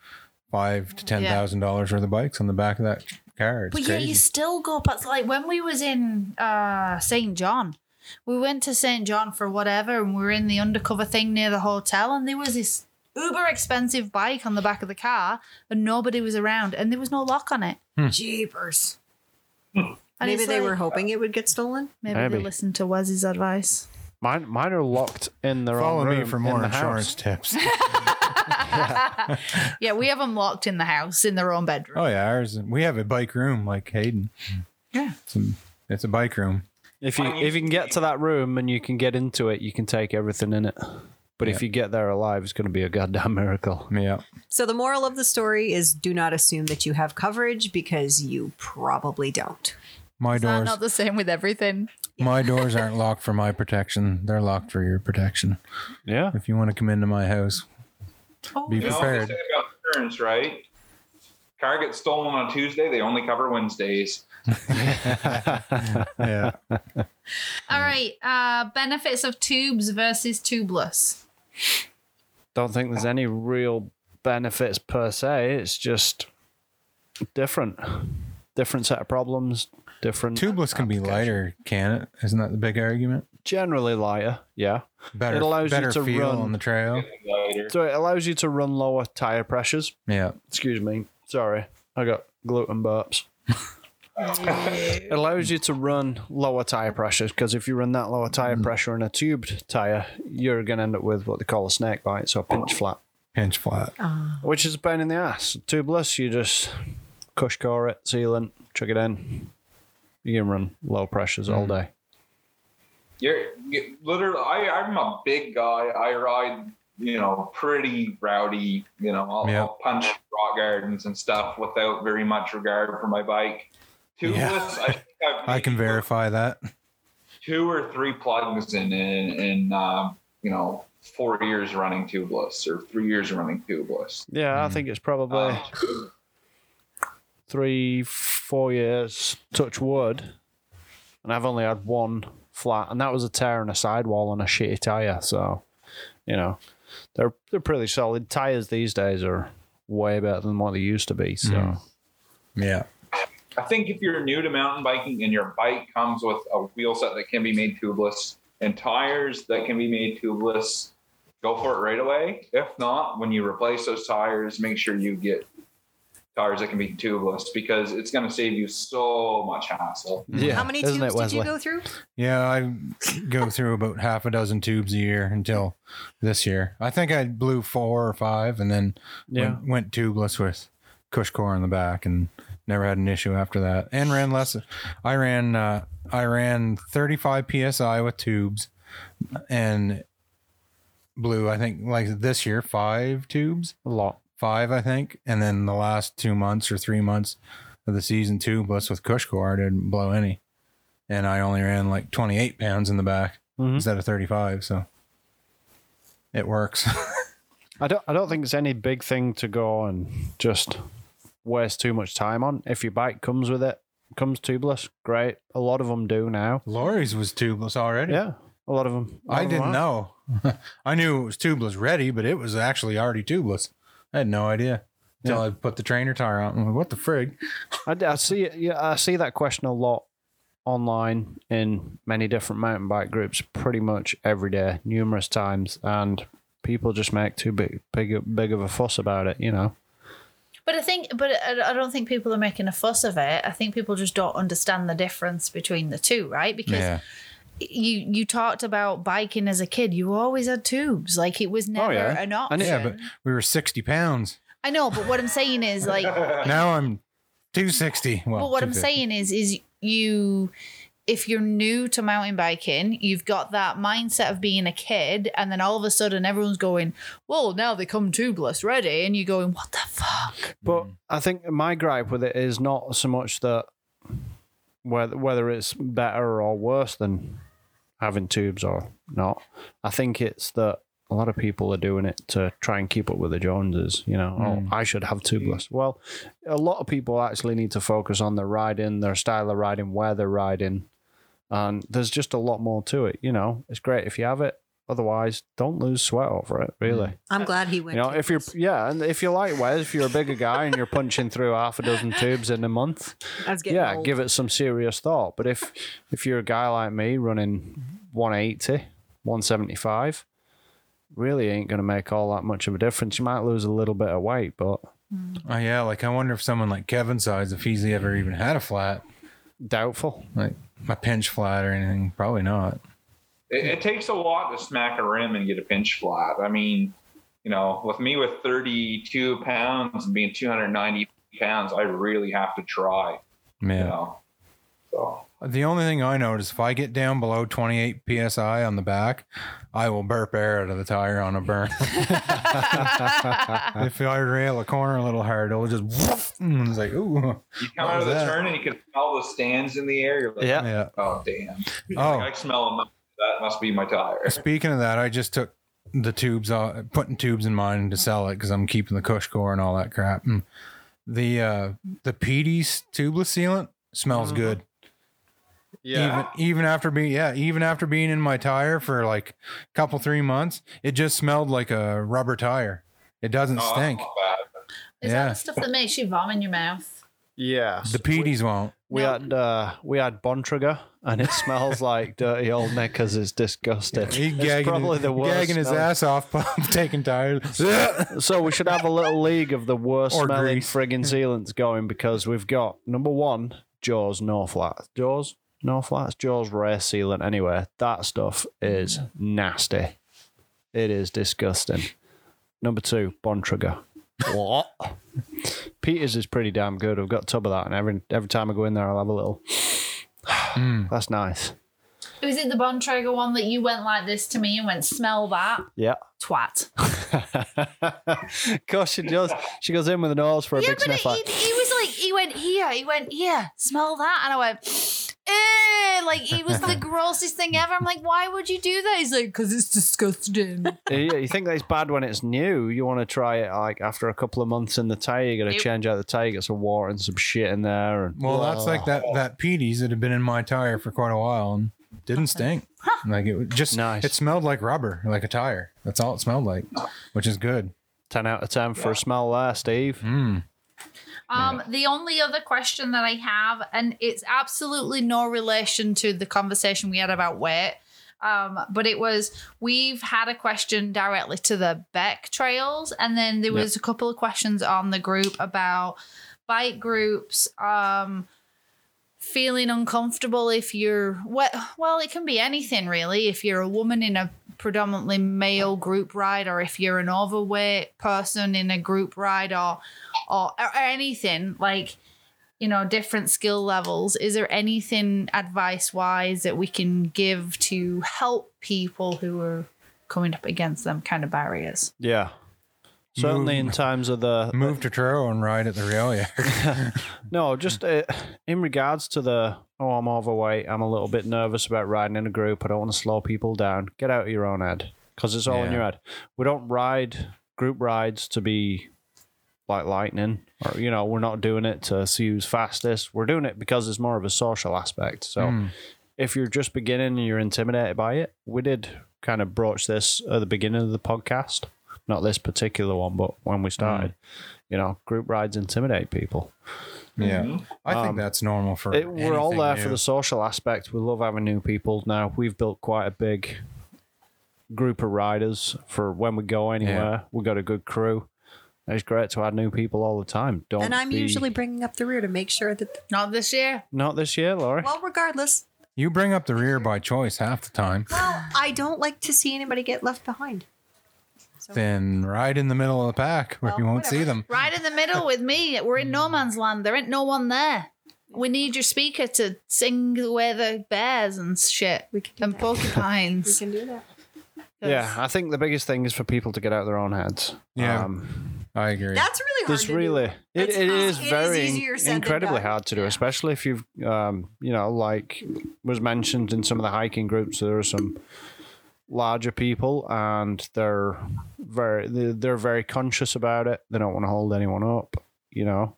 A: five to ten
B: Yeah.
A: thousand dollars worth of bikes on the back of that car. It's
B: But yeah,
A: crazy.
B: you still go past like when we was in uh St. John. We went to St. John for whatever and we were in the undercover thing near the hotel and there was this uber expensive bike on the back of the car and nobody was around and there was no lock on it.
A: Hmm.
F: Jeepers.
B: And
F: Maybe
B: it's
F: they
B: like-
F: were hoping it would get stolen.
B: maybe,
C: Maybe.
B: they listened to Wes's advice.
C: Mine, mine are locked in their
A: Follow
C: own room
A: me for
C: in
A: more
C: the
A: insurance
C: house.
A: tips.
B: yeah, we have them locked in the house in their own bedroom.
A: oh yeah, ours. We have a bike room like Hayden.
B: Yeah.
A: It's a, it's a bike room.
C: If you if you can get to that room and you can get into it, you can take everything in it. But if you get there alive, it's going to be a goddamn miracle.
A: Yeah.
F: So the moral of the story is do not assume that you have coverage because you probably don't.
A: My
B: Is that
A: doors
B: not the same with everything? (laughs)
A: my doors aren't locked for my protection. They're locked for your protection.
C: Yeah.
A: If you want to come into my house,
B: Oh,
A: be
D: You know what they
A: (laughs) prepared.
D: say about insurance, right? Car gets stolen on Tuesday, they only cover Wednesdays.
A: Yeah.
B: All right. Uh, benefits of tubes versus tubeless.
C: Don't think there's any real benefits per se. It's just different, different set of problems, different.
A: Tubeless can be lighter, can it? Isn't that the big argument?
C: Generally lighter. Yeah.
A: Better,
C: It allows you
A: better
C: to
A: feel
C: run.
A: on the trail.
D: Later.
C: So it allows you to run lower tire pressures.
A: Yeah.
C: Excuse me. Sorry. I got gluten burps. it allows you to run lower tire pressures because if you run that lower tire pressure in a tubed tire, you're going to end up with what they call a snake bite, so a pinch flat,
A: Pinch flat.
B: Oh,
C: which is a pain in the ass. Tubeless, you just cush core it, sealant, chuck it in. You can run low pressures all day.
D: You're, you literally. I, I'm a big guy. I ride, you know, pretty rowdy. You know, I'll,
A: Yeah.
D: I'll punch rock gardens and stuff without very much regard for my bike. Tubeless,
A: Yeah.
D: I think
A: (laughs)
D: I've
A: I can verify that.
D: two or three plugs in in, in um, you know four years running tubeless or three years running tubeless.
C: Yeah, I think it's probably
D: Um,
C: three, four years, touch wood, and I've only had one flat, and that was a tear in a sidewall on a shitty tire. So, you know, they're they're pretty solid. Tires these days are way better than what they used to be. So,
A: Yeah.
D: I think if you're new to mountain biking and your bike comes with a wheel set that can be made tubeless and tires that can be made tubeless, go for it right away. If not, when you replace those tires, make sure you get tires that can be tubeless because it's going to save you so much hassle.
C: yeah,
F: How many
C: isn't
F: tubes
C: it,
F: did you
C: Wesley?
F: go through?
A: Yeah, I go through about half a dozen tubes a year until this year. I think I blew four or five and then
C: Yeah.
A: went, went tubeless with cush core in the back and never had an issue after that. And ran less I ran uh, I ran 35 psi with tubes and blew I think like this year 5 tubes.
C: A lot.
A: five, I think. And then the last two months or three months of the season two, plus with Kushkor, I didn't blow any. And I only ran like 28 pounds in the back
C: Mhm.
A: instead of 35. So it works. (laughs)
C: I don't. I don't think it's any big thing to go and just waste too much time on. If your bike comes with it, comes tubeless, great. A lot of them do now.
A: Lori's was tubeless already.
C: Yeah, a lot of them.
A: I didn't know. (laughs) I knew it was tubeless ready, but it was actually already tubeless. I had no idea until I put the trainer tire on. I'm like, what the frig?
C: I, I see yeah, I see that question a lot online in many different mountain bike groups pretty much every day, numerous times, and people just make too big big big of a fuss about it, you know.
G: But I think, but I I don't think people are making a fuss of it. I think people just don't understand the difference between the two, right? Because
B: you you talked about biking as a kid. You always had tubes. Like it was never
C: yeah.
B: an
C: And
B: option.
C: it-
A: Oh, Yeah, but we were 60 pounds.
B: I know, but what I'm saying
A: (laughs)
B: is like
A: Now I'm 260. Well,
B: but what I'm
A: 250.
B: saying is is you if you're new to mountain biking, you've got that mindset of being a kid, and then all of a sudden everyone's going, Well, now they come tubeless ready, and you're going, What the fuck?
C: But I think my gripe with it is not so much that whether whether it's better or worse than having tubes or not. I think it's that a lot of people are doing it to try and keep up with the Joneses. You know, oh, I should have tubeless. Well, a lot of people actually need to focus on their riding, their style of riding, where they're riding, and there's just a lot more to it. You know, it's great if you have it. Otherwise, don't lose sweat over it. Really.
F: I'm glad he went.
C: You know,
F: to
C: if you're
F: this.
C: yeah, and if you're lightweight, if you're a bigger guy and you're punching through half a dozen tubes in a month,
F: That's getting
C: yeah,
F: old.
C: give it some serious thought. But if if you're a guy like me running 180, 175, really ain't going to make all that much of a difference. You might lose a little bit of weight, but
A: Oh, yeah. Like, I wonder if someone like Kevin size, if he's ever even had a flat,
C: doubtful. (laughs)
A: like a pinch flat or anything. Probably not.
D: It, it takes a lot to smack a rim and get a pinch flat. I mean, you know, with me with 32 pounds and being 290 pounds, I really have to try. You
A: Yeah.
D: know, so
A: The only thing I notice if I get down below 28 psi on the back, I will burp air out of the tire on a burn. (laughs) if I rail a corner a little hard, it'll just woof, and it's like ooh.
D: you
A: What
D: come out of the
A: was that?
D: turn and you can smell the stands in the air. You're like,
C: Yeah.
A: Yeah.
D: oh damn,
A: Oh,
D: I smell them. That must be my tire.
A: speaking of that, I just took the tubes off, putting tubes in mine to sell it because I'm keeping the Cush core and all that crap. And the uh the PD's tubeless sealant smells good. Even even after being yeah, even after being in my tire for like a couple three months, it just smelled like a rubber tire. It doesn't
D: Oh,
A: stink.
D: that's not bad.
B: Is that
A: Yeah.
B: the stuff that makes you vomit in your mouth?
C: yeah.
A: The PDs won't.
C: We
B: No.
C: had uh, we had Bontrager, and it smells like dirty old knickers. It's disgusting.
A: He
C: It's
A: gagging,
C: probably the worst.
A: gagging his
C: smell.
A: ass off, (laughs) taking tires.
C: (laughs) So we should have a little league of the worst
A: Or
C: smelling
A: grease.
C: friggin' sealants going because we've got number one, Jaws No Flats. Jaws No Flats. Jaws Rare Sealant anyway. That stuff is nasty. It is disgusting. Number two, Bontrager. What? Peters is pretty damn good. I've got a tub of that, and every every time I go in there, I'll have a little. That's nice.
B: Was it the Bond Traeger one that you went like this to me and went, Smell that?
C: Yeah. (laughs)
B: Twat.
C: of course she does. She goes in with an nose for a
B: Yeah,
C: big
B: but it,
C: sniff. like,
B: he, he was like, he went here, he went here, smell that. And I went, eh, like it was the grossest thing ever. I'm like, why would you do that? He's like, because it's disgusting.
C: yeah, you think that it's bad when it's new. You want to try it like after a couple of months in the tire. You're gonna
B: It-
C: change out the tire, get some water and some shit in there. And
A: Well, that's like that that Petey's that had been in my tire for quite a while and didn't stink. Like it was just
C: Nice.
A: it smelled like rubber, like a tire. That's all it smelled like, which is good.
C: ten out of ten for a smell there, Steve.
A: Mm.
B: Um, the only other question that I have, and it's absolutely no relation to the conversation we had about weight, um, but it was we've had a question directly to the Beck trails, and then there was a couple of questions on the group about bike groups. Um, feeling uncomfortable if you're what well it can be anything really if you're a woman in a predominantly male group ride or if you're an overweight person in a group ride or or, or anything like you know different skill levels is there anything advice wise that we can give to help people who are coming up against them kind of barriers
C: Yeah, certainly in times of the
A: Move to Truro and ride at the rail yard.
C: No, just uh, in regards to the oh, I'm overweight. I'm a little bit nervous about riding in a group. I don't want to slow people down. Get out of your own head because it's all in
A: Yeah.
C: your head. We don't ride group rides to be like lightning, or you know, we're not doing it to see who's fastest. We're doing it because it's more of a social aspect. So
A: Hmm.
C: if you're just beginning and you're intimidated by it, we did kind of broach this at the beginning of the podcast. Not this particular one, but when we started, you know, group rides intimidate people.
A: Yeah, I think
C: Um,
A: that's normal for.
C: It, we're all
A: anything
C: there for
A: new.
C: the social aspect. We love having new people now. We've built quite a big group of riders for when we go anywhere. We've got a good crew. It's great to add new people all the time. Don't
F: and I'm
C: be-
F: usually bringing up the rear to make sure that.
B: not this year
C: not this year, Laurie.
F: Well, regardless,
A: You bring up the rear by choice half the time.
F: Well, I don't like to see anybody get left behind.
A: Then right in the middle of the pack where
F: Well,
A: you won't see
F: whatever.
A: them.
B: Right in the middle with me. We're in
A: Hmm.
B: no man's land. There ain't no one there. We need your speaker to sing away the bears and shit
F: We can do
B: and
F: that. We
B: porcupines.
F: can do that.
C: Yeah, I think the biggest thing is for people to get out of their own heads.
A: Yeah.
C: um,
A: I agree.
F: That's really hard.
C: this
F: to do.
C: really it,
F: It's
C: it
F: not-
C: is
F: it is
C: very
F: easier said than
C: incredibly
F: done.
C: hard to do, especially if you've um, you know like was mentioned in some of the hiking groups. There are some larger people, and they're very they're they're very conscious about it. They don't want to hold anyone up. You know,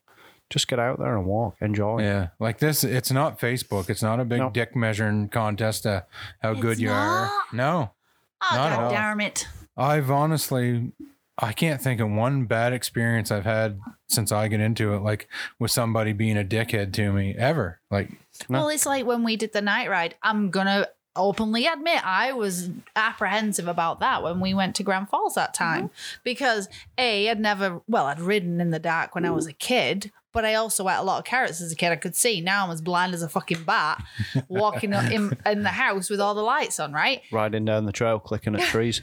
C: just get out there and walk, enjoy.
A: Yeah. Like this, it's not Facebook. It's not a big
C: Nope.
A: dick measuring contest to how good you
B: not?
A: are. No.
B: Oh,
A: Not at
B: God
A: all.
B: damn it.
A: I've honestly, I can't think of one bad experience I've had since I get into it, like with somebody being a dickhead to me ever. Like, (laughs)
C: No.
B: Well, it's like when we did the night ride. I'm going to openly admit I was apprehensive about that when we went to Grand Falls that time because A, I'd never, well, I'd ridden in the dark when I was a kid. But I also ate a lot of carrots as a kid. I could see now I'm as blind as a fucking bat walking up in, in the house with all the lights on, right?
C: Riding down the trail,
F: (laughs)
C: clicking at trees.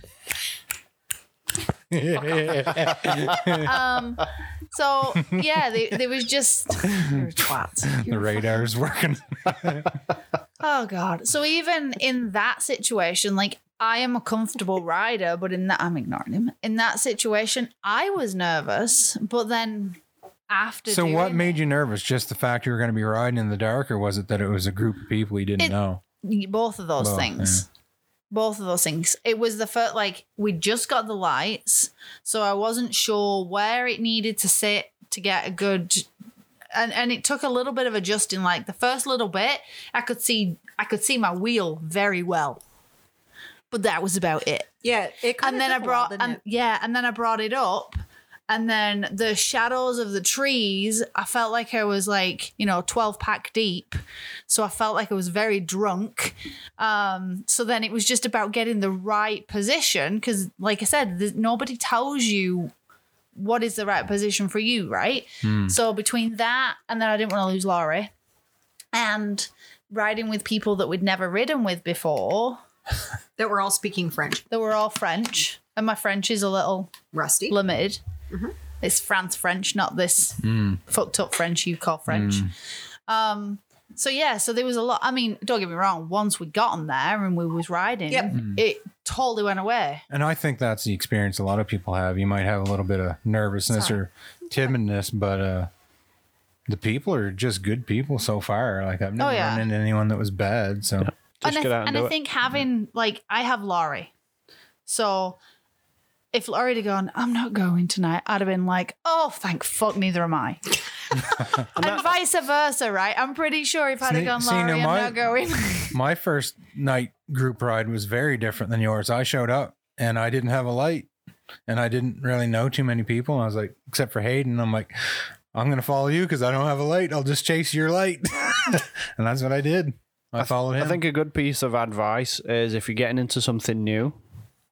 B: Um, so yeah, they, they was just you're a
C: (laughs)
B: twat.
A: the radar's
B: (laughs)
A: working.
B: Oh god. So even in that situation, like I am a comfortable rider, but in that I'm ignoring him. In that situation, I was nervous, but then after
A: so,
B: doing
A: what
B: it-
A: made you nervous? Just the fact you were going to be riding in the dark, or was it that it was a group of people you didn't
B: It-
A: know?
B: both of those
A: Both,
B: things. Both of those things. It was the first, like, we just got the lights. So I wasn't sure where it needed to sit to get a good. And, and it took a little bit of adjusting. Like the first little bit, I could see I could see my wheel very well, but that was about it.
F: Yeah, it kinda
B: And then I
F: took a while,
B: brought
F: didn't
B: and,
F: it?
B: yeah, and then I brought it up, and then the shadows of the trees. I felt like I was like you know twelve pack deep, so I felt like I was very drunk. Um, so then it was just about getting the right position because, like I said, there's- nobody tells you what is the right position for you, right? So between that and then I didn't want to lose Laurie, and riding with people that we'd never ridden with before
F: that we're all speaking French.
B: that were all French, and my French is a little
F: Rusty.
B: limited. It's France French, not this
C: Hmm.
B: fucked up French you call French. Um, so yeah, so there was a lot. I mean, don't get me wrong. Once we got on there and we was riding,
F: Yep.
C: Hmm.
B: it totally went away.
A: And I think that's the experience a lot of people have. You might have a little bit of nervousness or timidness, but uh, the people are just good people so far. Like, I've never
B: yeah.
A: run into anyone that was bad. So,
C: Just
B: and
C: get
B: I,
C: out
B: and
C: and,
B: I
C: do it. Hmm.
B: think having like I have Laurie, so if Laurie had gone, I'm not going tonight. I'd have been like, oh, thank fuck, neither am
C: (laughs)
B: I. and vice versa, right? I'm pretty sure if I'd have
A: See-
B: gone,
A: see, now
B: Laurie, I'm
A: my-
B: not going.
A: my first night group ride was very different than yours. I showed up and I didn't have a light and I didn't really know too many people. And I was like, except for Hayden, I'm like, I'm going to follow you because I don't have a light. I'll just chase your light. (laughs) and that's what I did. I followed him.
C: I think a good piece of advice is if you're getting into something new,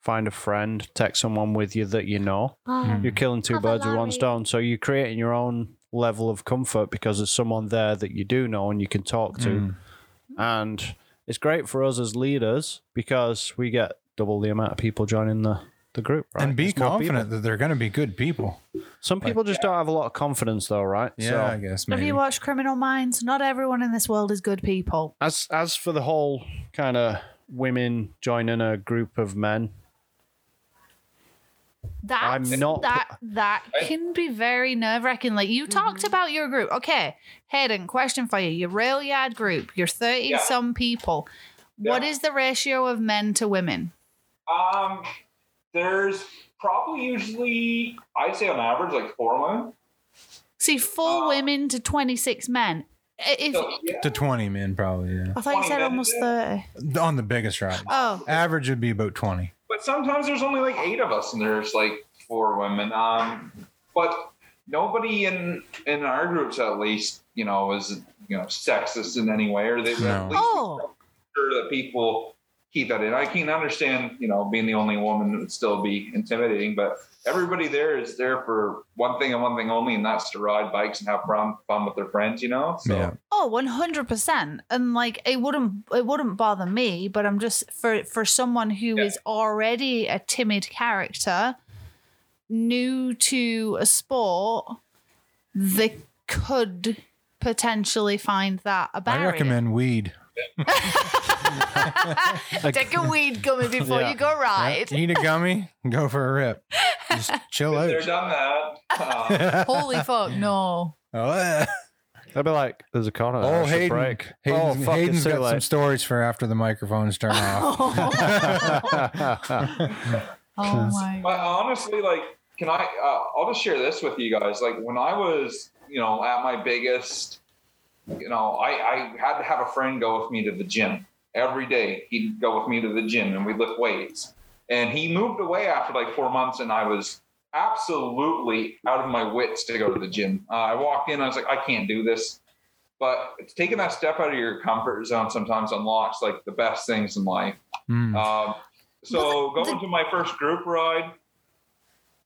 C: find a friend, take someone with you that you know.
A: Hmm.
C: You're killing two birds with one stone. So you're creating your own level of comfort because there's someone there that you do know and you can talk to.
A: Mm.
C: And it's great for us as leaders because we get double the amount of people joining the, the group, right?
A: and be
C: There's more people.
A: confident that they're going to be good people.
C: Some people just don't have a lot of confidence though, right?
A: Yeah, I guess
B: Have
A: maybe.
B: you watched Criminal Minds? Not everyone in this world is good people.
C: As as for the whole kind of women joining a group of men,
B: That
C: I'm not-
B: that that can be very nerve wracking. Like you talked about your group. Okay, Hayden, question for you. Your rail yard group, you're 30
D: Yeah.
B: some people. What
D: Yeah.
B: is the ratio of men to women?
D: Um, there's probably usually, I'd say on average, like four women.
B: See, four
D: Uh,
B: women to 26 men. I- If
D: So, yeah.
A: to 20 men, probably. Yeah.
B: I thought you
D: 20
B: said
D: men,
B: almost
D: yeah.
B: 30.
A: On the biggest ride.
B: Oh,
A: Average would be about 20.
D: But sometimes there's only like eight of us, and there's like four women. Um, but nobody in in our groups, at least, you know, is you know sexist in any way, or they
A: No.
D: at least
B: oh,
D: sure that people keep that in. I can understand, you know, being the only woman would still be intimidating, but everybody there is there for one thing and one thing only, and that's to ride bikes and have fun, fun with their friends, you know. So
A: Yeah.
B: Oh, 100%. And like it wouldn't it wouldn't bother me, but I'm just for for someone who is
D: Yeah.
B: already a timid character, new to a sport, they could potentially find that a
A: I
B: barrier.
A: recommend weed.
B: Take a weed gummy before
C: Yeah.
B: you go ride.
A: Eat a gummy, go for a rip.
B: (laughs)
A: Just chill out.
D: They're done that. Uh,
B: Holy fuck, no.
A: Oh, eh.
C: I'd be like, there's a corner.
A: oh
C: I should
A: Hayden.
C: break.
A: Hayden's,
C: oh, fuck,
A: Hayden's
C: it's too
A: got some
C: late.
A: stories for after the microphones turn
B: (laughs)
A: off.
B: Oh my
D: But honestly, like, can I? Uh, I'll just share this with you guys. Like, when I was, you know, at my biggest, you know, I, I had to have a friend go with me to the gym every day. He'd go with me to the gym, and we'd lift weights. And he moved away after like four months, and I was absolutely out of my wits to go to the gym. Uh, I walked in, I was like, I can't do this. But it's taking that step out of your comfort zone sometimes unlocks like the best things in life.
A: (laughs) Hmm.
C: Oh.
D: Um, so
B: Well, the-
D: going to my first group ride,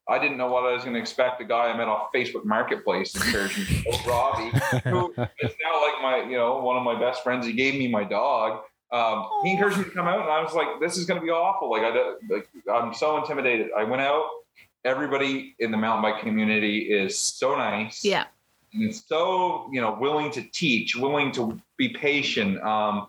D: I didn't know what I was going to expect. The guy I met off Facebook Marketplace, encouraging Robbie, who is now like my, you know, one of my best friends. He gave me my dog. Um, he encouraged me to come out, and I was like, "This is going to be awful. Like, I don't- like, I'm so intimidated." I went out. Everybody in the mountain bike community is so nice
B: Yeah.
D: and so you know willing to teach willing to be patient um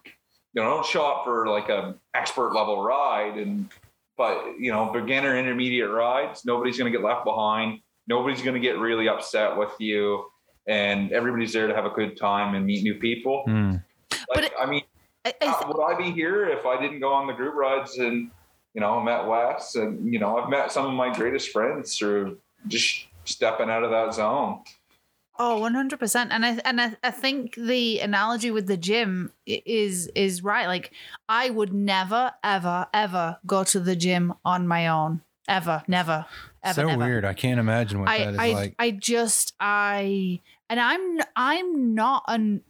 D: you know don't show up for like a expert level ride and but you know beginner intermediate rides nobody's going to get left behind nobody's going to get really upset with you and everybody's there to have a good time and meet new people
A: Hmm.
D: like,
B: But it-
D: i mean
B: I, I
D: uh, would I be here if I didn't go on the group rides and you know met Wes and you know I've met some of my greatest friends through just stepping out of that zone.
B: Oh, 100%. And I and I, I think the analogy with the gym i- is is right. Like I would never ever ever go to the gym on my own. Ever, never, ever.
A: so
B: never.
A: weird. I can't imagine what
B: I
A: that is
B: I,
A: like.
B: I just I and I'm I'm not an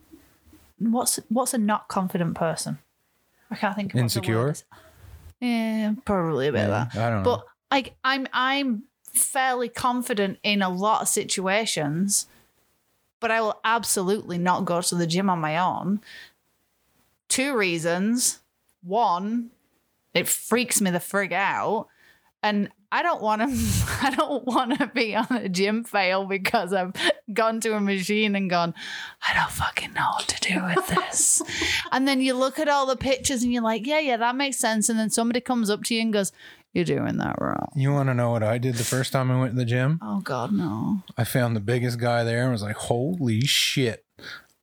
B: what's what's a not confident person? I can't think of what the word
A: Insecure?
B: is. (laughs) Yeah, probably a bit of that.
A: I don't know.
B: But like I'm I'm fairly confident in a lot of situations, but I will absolutely not go to the gym on my own. Two reasons. One, it freaks me the frig out. And I don't want to (laughs) I don't want to be on a gym fail because I've gone to a machine and gone, I don't fucking know what to do
A: (laughs)
B: with this. and then you look at all the pictures and you're like, yeah, yeah, that makes sense. And then somebody comes up to you and goes, you're doing that wrong.
A: you want to know what I did the first time I went to the gym?
B: Oh God, no.
A: I found the biggest guy there and was like, holy shit,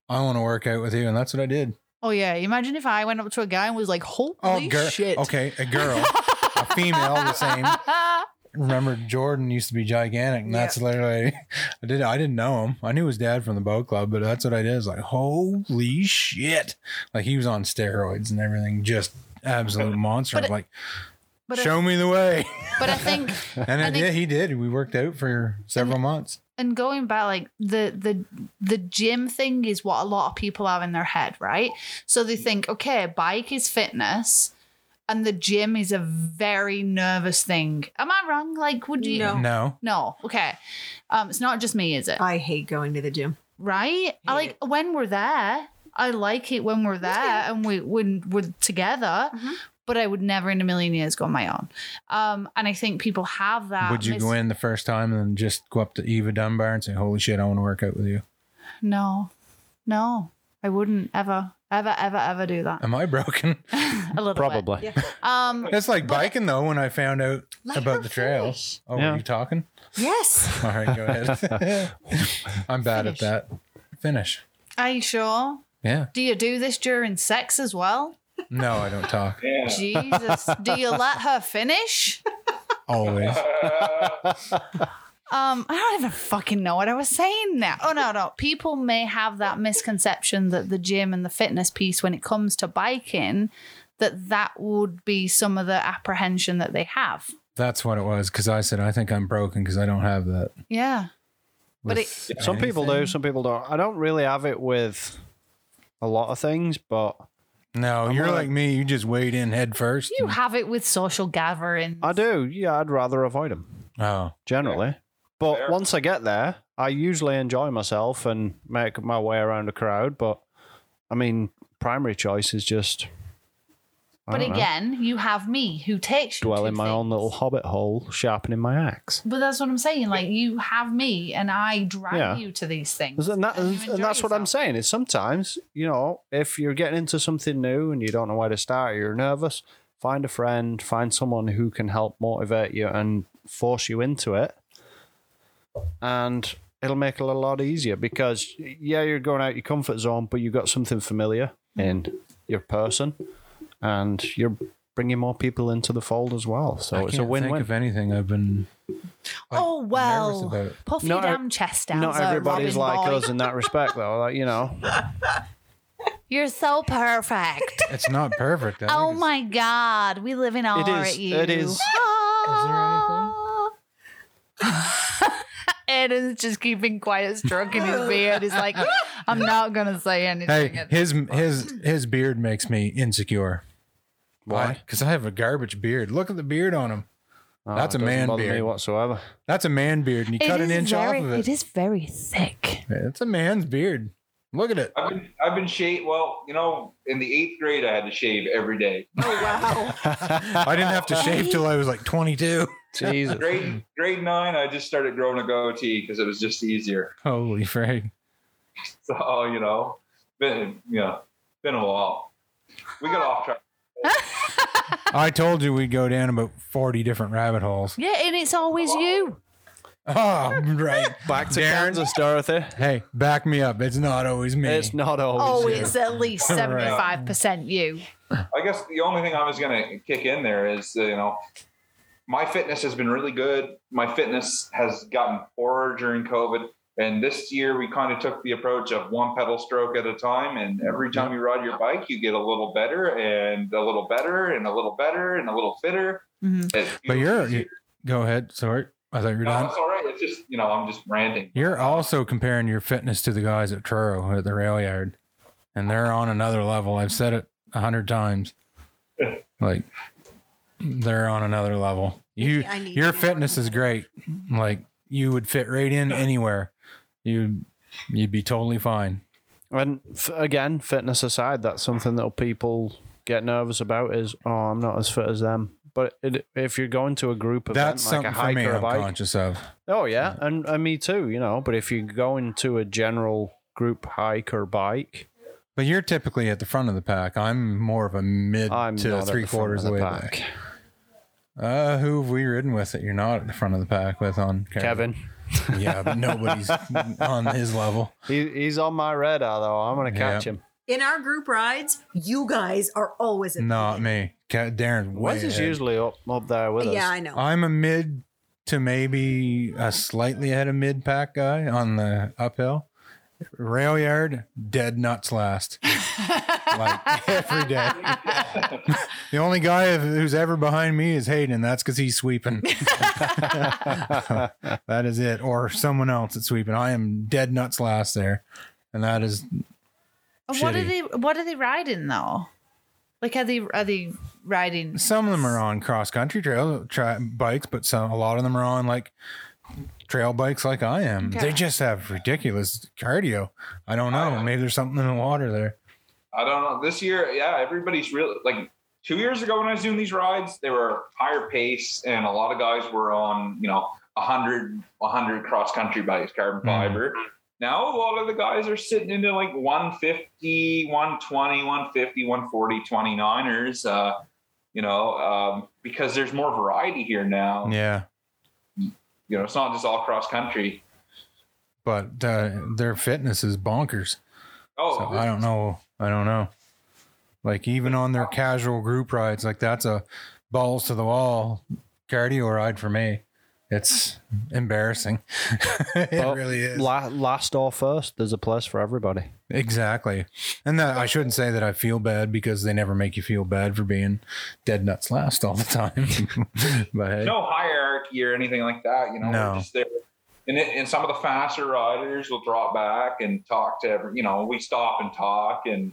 A: I want to work out with you. And that's what I did.
B: Oh yeah. Imagine if I went up to a guy and was like, holy
A: Oh, girl.
B: shit.
A: Okay, a girl,
B: (laughs)
A: a female, the same. Remember, Jordan used to be gigantic, and that's literally I did. I didn't know him. I knew his dad from the boat club, but that's what I did. It's like, holy shit! Like he was on steroids and everything, just absolute monster.
B: But
A: I'm like,
B: But I,
A: show me the way.
B: but I think,
A: And
B: (laughs) I
A: it,
B: think-
A: yeah, he did. We worked out for several months.
B: and going back, like the, the, the gym thing is what a lot of people have in their head, right? So they think, okay, bike is fitness. And the gym is a very nervous thing. Am I wrong? Like, would you?
E: No.
A: No,
B: No. Okay. Um, it's not just me, is it?
E: I hate going to the gym.
B: right? I like when we're there. I like it when we're there and we when we're together.
F: Mhm.
B: But I would never in a million years go on my own. Um, and I think people have that.
A: would you
B: mis-
A: go in the first time and then just go up to Eva Dunbar and say, "Holy shit, I want to work out with you"?
B: No, no, I wouldn't ever, ever, ever, ever do that.
A: Am I broken? Um, (laughs)
B: (laughs) a little
C: (laughs) Probably.
F: Yeah.
B: Bit. Um,
A: It's like biking though. When I found out about the trails. Oh,
C: Yeah.
A: were you talking?
F: Yes.
A: (laughs) All right, go ahead. (laughs) I'm bad at that. Finish.
B: are you sure?
A: Yeah.
B: Do you do this during sex as well?
A: No, I don't
B: (laughs)
A: talk.
D: Yeah.
B: Jesus, do you let her finish?
A: Always.
B: Um, I don't even fucking know what I was saying now. Oh no, no. People may have that misconception that the gym and the fitness piece, when it comes to biking, that that would be some of the apprehension that they have.
A: That's what it was. Because I said I think I'm broken because I don't have that.
B: Yeah, But
A: with
C: Some people do,
A: anything.
C: some people don't. I don't really have it with a lot of things, but
A: No,
C: I'm
A: you're
C: like-
A: like me. You just wade in head first.
B: you have it with social gatherings.
C: I do. Yeah, I'd rather avoid them
A: oh,
C: generally. But
D: Fair.
C: once I get there, I usually enjoy myself and make my way around a crowd. But I mean, primary choice is just. I
B: But
C: don't know,
B: again, you have me who takes you
C: dwell
B: to
C: in my own
B: things.
C: little hobbit hole, sharpening my axe.
B: But that's what I'm saying. Like you have me, and I drag
C: Yeah.
B: you to these things.
C: And, that,
B: and you
C: and
B: enjoy
C: that's what I'm
B: yourself.
C: saying. Is sometimes, you know, if you're getting into something new and you don't know where to start, you're nervous, find a friend, find someone who can help motivate you and force you into it. And it'll make it a lot easier because, yeah, you're going out your comfort zone, but you've got something familiar in your person and you're bringing more people into the fold as well. So
A: I
C: it's a
A: can't
C: win
A: think
C: win.
A: of anything I've been
B: oh
A: nervous about
B: well,
A: it.
B: puff
C: Not
B: your
C: ev-
B: damn chest out.
C: Not
B: uh,
C: everybody's
B: Robin
C: like
B: boy.
C: us in that respect, though. Like, you know,
B: You're so perfect.
A: It's not
B: (laughs)
A: perfect. I think
B: oh
A: it's-
B: my god, we live in awe
C: is-
B: at you.
C: it is- Is
B: Eden's just keeping quiet, stroking (laughs) his beard. He's like, I'm not gonna say anything.
A: Hey, his his his beard makes me insecure.
C: Why?
A: Because I have a garbage beard. Look at the beard on him.
C: Oh,
A: That's
C: it
A: a
C: doesn't
A: man
C: bother me
A: beard. (laughs)
C: whatsoever.
A: That's a man beard, and you cut an
B: is
A: inch
B: very,
A: off of (laughs) it.
B: It is very thick.
A: It's a man's beard. Look at
C: (laughs)
A: it.
D: I've been I've been shaved. Well, you know, in the eighth grade, I had to shave every day.
F: Oh,
A: I didn't have to shave till I was like 22.
C: Jesus.
D: Grade grade nine, I just started growing a goatee because it was just easier. (laughs)
A: Holy frig.
D: So you know, been you know, been a while. We got off track.
A: I told you we'd go down about 40 different rabbit holes.
B: Yeah, and it's always you.
A: (laughs) Oh, right.
C: Back to
A: Darren.
C: Kansas, Dorothy.
A: Hey, back me up. It's not always me.
C: It's not
B: Oh,
C: always.
B: it's at
A: (laughs)
B: least
A: Right.
B: seventy-five percent you.
D: I guess the only thing I was going to kick in there is, uh, you know, my fitness has been really good. My fitness has gotten poorer during COVID. And this year we kind of took the approach of one pedal stroke at a time. And every
A: Mm-hmm.
D: time you ride your bike, you get a little better and a little better and a little better and a little fitter.
B: Mhm.
D: It's-
A: But you're, you, go ahead. Sorry. I thought you were
D: no,
A: done.
D: that's all right. Uh, It's just, you know, I'm just ranting.
A: You're also comparing your fitness to the guys at Truro at the rail yard, and they're on another level. I've said it a hundred times. Like they're on another level. You,
F: I need
A: your
F: to know.
A: fitness is great. Like you would fit right in anywhere. You, you'd be totally fine.
C: And f- again, fitness aside, that's something that people get nervous about is, oh, I'm not as fit as them. But it, if you're going to a group event,
A: That's
C: like a
A: something for
C: hike
A: me.
C: or a
A: I'm
C: bike,
A: conscious of.
C: oh yeah, and, and me too, you know. But if you're going to a general group hike or bike,
A: But you're typically at the front of the pack. I'm more of a mid
C: I'm not
A: to
C: at the
A: three
C: front
A: quarters
C: of
A: of the way
C: the
A: back.
C: pack.
A: Uh, who have we ridden with that you're not at the front of the pack with on
C: Kevin,
A: Yeah, but nobody's on his level.
C: he, he's on my radar though. I'm gonna catch
A: Yeah.
C: him.
F: (laughs) In our group rides, you guys are always at the
A: Not me. Ca- Darren's way
C: Wes is
A: ahead.
C: usually up up there with
F: beginning. Yeah,
C: us.
F: I know.
A: I'm a mid to maybe a slightly ahead of mid pack guy on the uphill. Rail yard, dead nuts last. like every day. the only guy who's ever behind me is Hayden. That's because he's sweeping. (laughs) that is it. Or someone else that's sweeping. I am dead nuts last there. And that is
B: And What are
A: Shitty.
B: they? What are they riding though? Like, are they are they riding?
A: some of them are on cross country trail tri- bikes, but some a lot of them are on like trail bikes, like I am.
B: Okay.
A: They just have ridiculous cardio. I don't know. Maybe there's something in the water there.
D: I don't know. This year, yeah, everybody's really like two years ago when I was doing these rides, they were higher pace and a lot of guys were on, you know, 100, 100 cross country bikes, carbon
A: Mhm.
D: fiber. Now a lot of the guys are sitting into like 150, 120, 150, 140, 29ers, uh, you know, um, because there's more variety here now.
A: Yeah,
D: You know, it's not just all cross country.
A: but uh, their fitness is bonkers.
D: Oh,
A: So I don't know. I don't know. Like even on their casual group rides, like that's a balls to the wall cardio ride for me. It's embarrassing. (laughs) it
C: Well,
A: really is.
C: La- last or first, there's a place for everybody.
A: Exactly. And that I shouldn't say that I feel bad because they never make you feel bad for being dead nuts last all the time. (laughs) but hey,
D: no hierarchy or anything like that. You know,
A: No.
D: we're just there. And, it, and some of the faster riders will drop back and talk to every, you know, we stop and talk and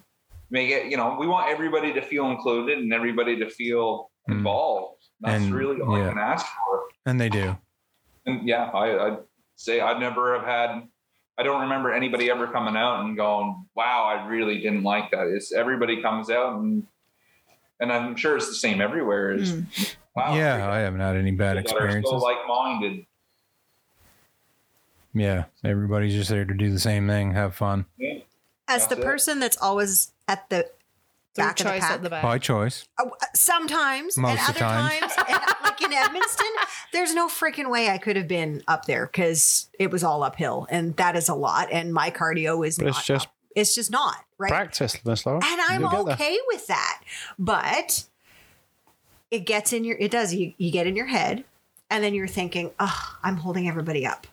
D: make it, you know, we want everybody to feel included and everybody to feel
A: Mm.
D: involved. That's
A: And-
D: really all
A: yeah.
D: I can ask for.
A: and they do.
D: And yeah, I, I'd say I'd never have had, I don't remember anybody ever coming out and going, "Wow, I really didn't like that." It's everybody comes out and and I'm sure it's the same everywhere. Is wow,
A: Mm. yeah, I haven't had any bad
D: people that are so
A: experiences.
D: like-minded.
A: Yeah, everybody's just there to do the same thing, have fun
D: As the
F: As the
D: That's it.
F: person that's always at the
B: Third
F: back of the
B: choice
F: pack.
B: at the back.
A: by choice.
F: Uh, sometimes
A: Most
F: and
A: of the
F: other
A: time.
F: times and, uh, like in edmonston there's no freaking way i could have been up there because it was all uphill and that is a lot and my cardio is
C: But
F: not
C: it's just
F: up- it's just not right
C: Practice, Miss Laura.
F: and i'm
C: You'll get
F: (laughs)
C: there.
F: okay with that but it gets in your it does you, you get in your head and then you're thinking oh i'm holding everybody up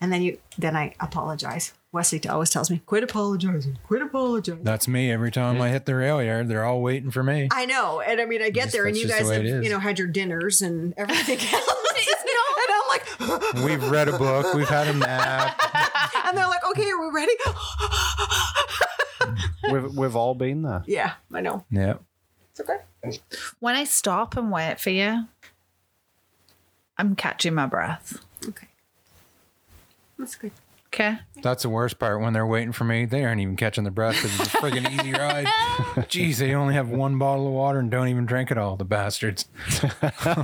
F: and then you then i apologize wesley always tells me quit apologizing quit apologizing
A: That's me every time I hit the rail yard. They're all waiting for me.
F: I know, and I mean, I get
A: Just-
F: there, and
A: that's
F: you
A: just
F: guys
A: the way
F: have
A: it is.
F: you know had your dinners and
A: (laughs)
F: everything else, (laughs) and I'm like,
A: We've read a book. We've had a nap.
F: and they're like, (laughs) okay, are we ready? (gasps)
C: We've, we've all been
F: (laughs)
C: there.
F: yeah, I know.
A: yeah.
F: It's okay.
B: When I stop and wait for you, I'm catching my breath.
F: Okay, that's good.
B: Okay.
A: That's the worst part when they're waiting for me. They aren't even catching their breath because it's a friggin' easy ride. Jeez, they only have one bottle of water and don't even drink it all, the bastards.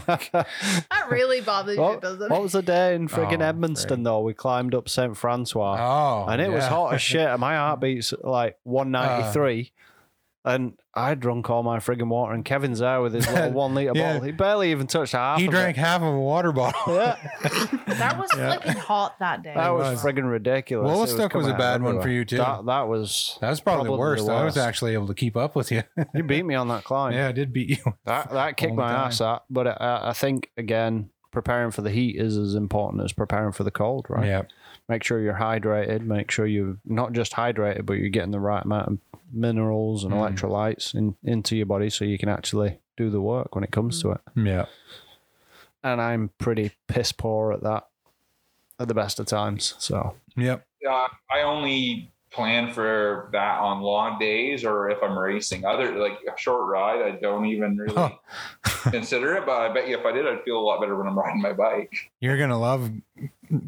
B: That really bothers you,
C: What,
B: doesn't
C: what was the day in
A: (laughs)
C: friggin'
A: Oh,
C: Edmonston
A: great.
C: though? We climbed up St. Francois.
A: Oh.
C: and it was
A: yeah. (laughs)
C: hot as shit. And my heartbeat's like 193.
A: Uh.
C: and I drunk all my friggin' water. And Kevin's there with his
A: (laughs)
C: little one litre
A: Yeah.
C: bottle. He barely even touched half.
A: He
C: of
A: drank
C: It.
A: half of a water bottle.
C: (laughs)
A: (laughs)
C: Yeah,
B: it? That was flipping hot that day.
C: that was
A: was.
C: friggin' ridiculous. It
A: Wolfstock was
C: coming
A: a
C: out
A: bad one for
C: everywhere.
A: you, too.
C: That, that was.
A: That was probably, the
C: Probably
A: worst.
C: the
A: I was
C: worst.
A: actually able to keep up with you. (laughs)
C: You beat me on that climb.
A: yeah, I did beat you.
C: That that kicked
A: all the
C: my
A: time.
C: ass up, but uh, I, I think again, preparing for the heat is as important as preparing for the cold, right?
A: Yeah.
C: Make sure you're hydrated. Make sure you're not just hydrated, but you're getting the right amount of minerals and
A: Mm.
C: electrolytes in, into your body so you can actually do the work when it comes
B: Mm.
C: to it.
A: Yeah.
C: And I'm pretty piss poor at that at the best of times. So
A: Yep.
D: uh, I only plan for that on long days or if I'm racing. Other like a short ride, I don't even really (laughs) consider it. But I bet you if I did, I'd feel a lot better when I'm riding my bike.
A: You're going to love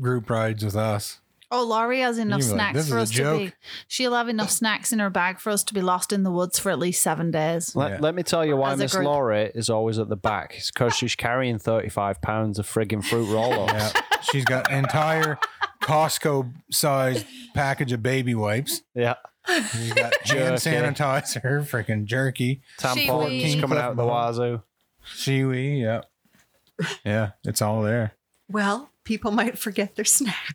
A: group rides with us.
B: Oh, Laurie has enough
A: You were like,
B: snacks
A: "This is
B: for
A: a
B: us to
A: joke."
B: be. She'll
A: (laughs)
B: have enough snacks in her bag for us to be lost in the woods for at least seven days.
C: let,
A: Yeah.
C: let me tell you why
B: As a
C: Miss
B: group.
C: Laura is always at the back. It's because she's carrying 35 pounds of friggin' fruit roll ups.
A: (laughs) Yeah.
B: (laughs)
A: She's got entire Costco sized package of baby wipes.
C: yeah.
A: She's
C: (laughs)
A: got hand
C: Jerky.
A: sanitizer, freaking jerky,
C: Tampons
B: Shiwi.
C: coming out of the wazoo.
A: shiwi. Yeah. Yeah. It's all there.
F: Well, people might forget their snack.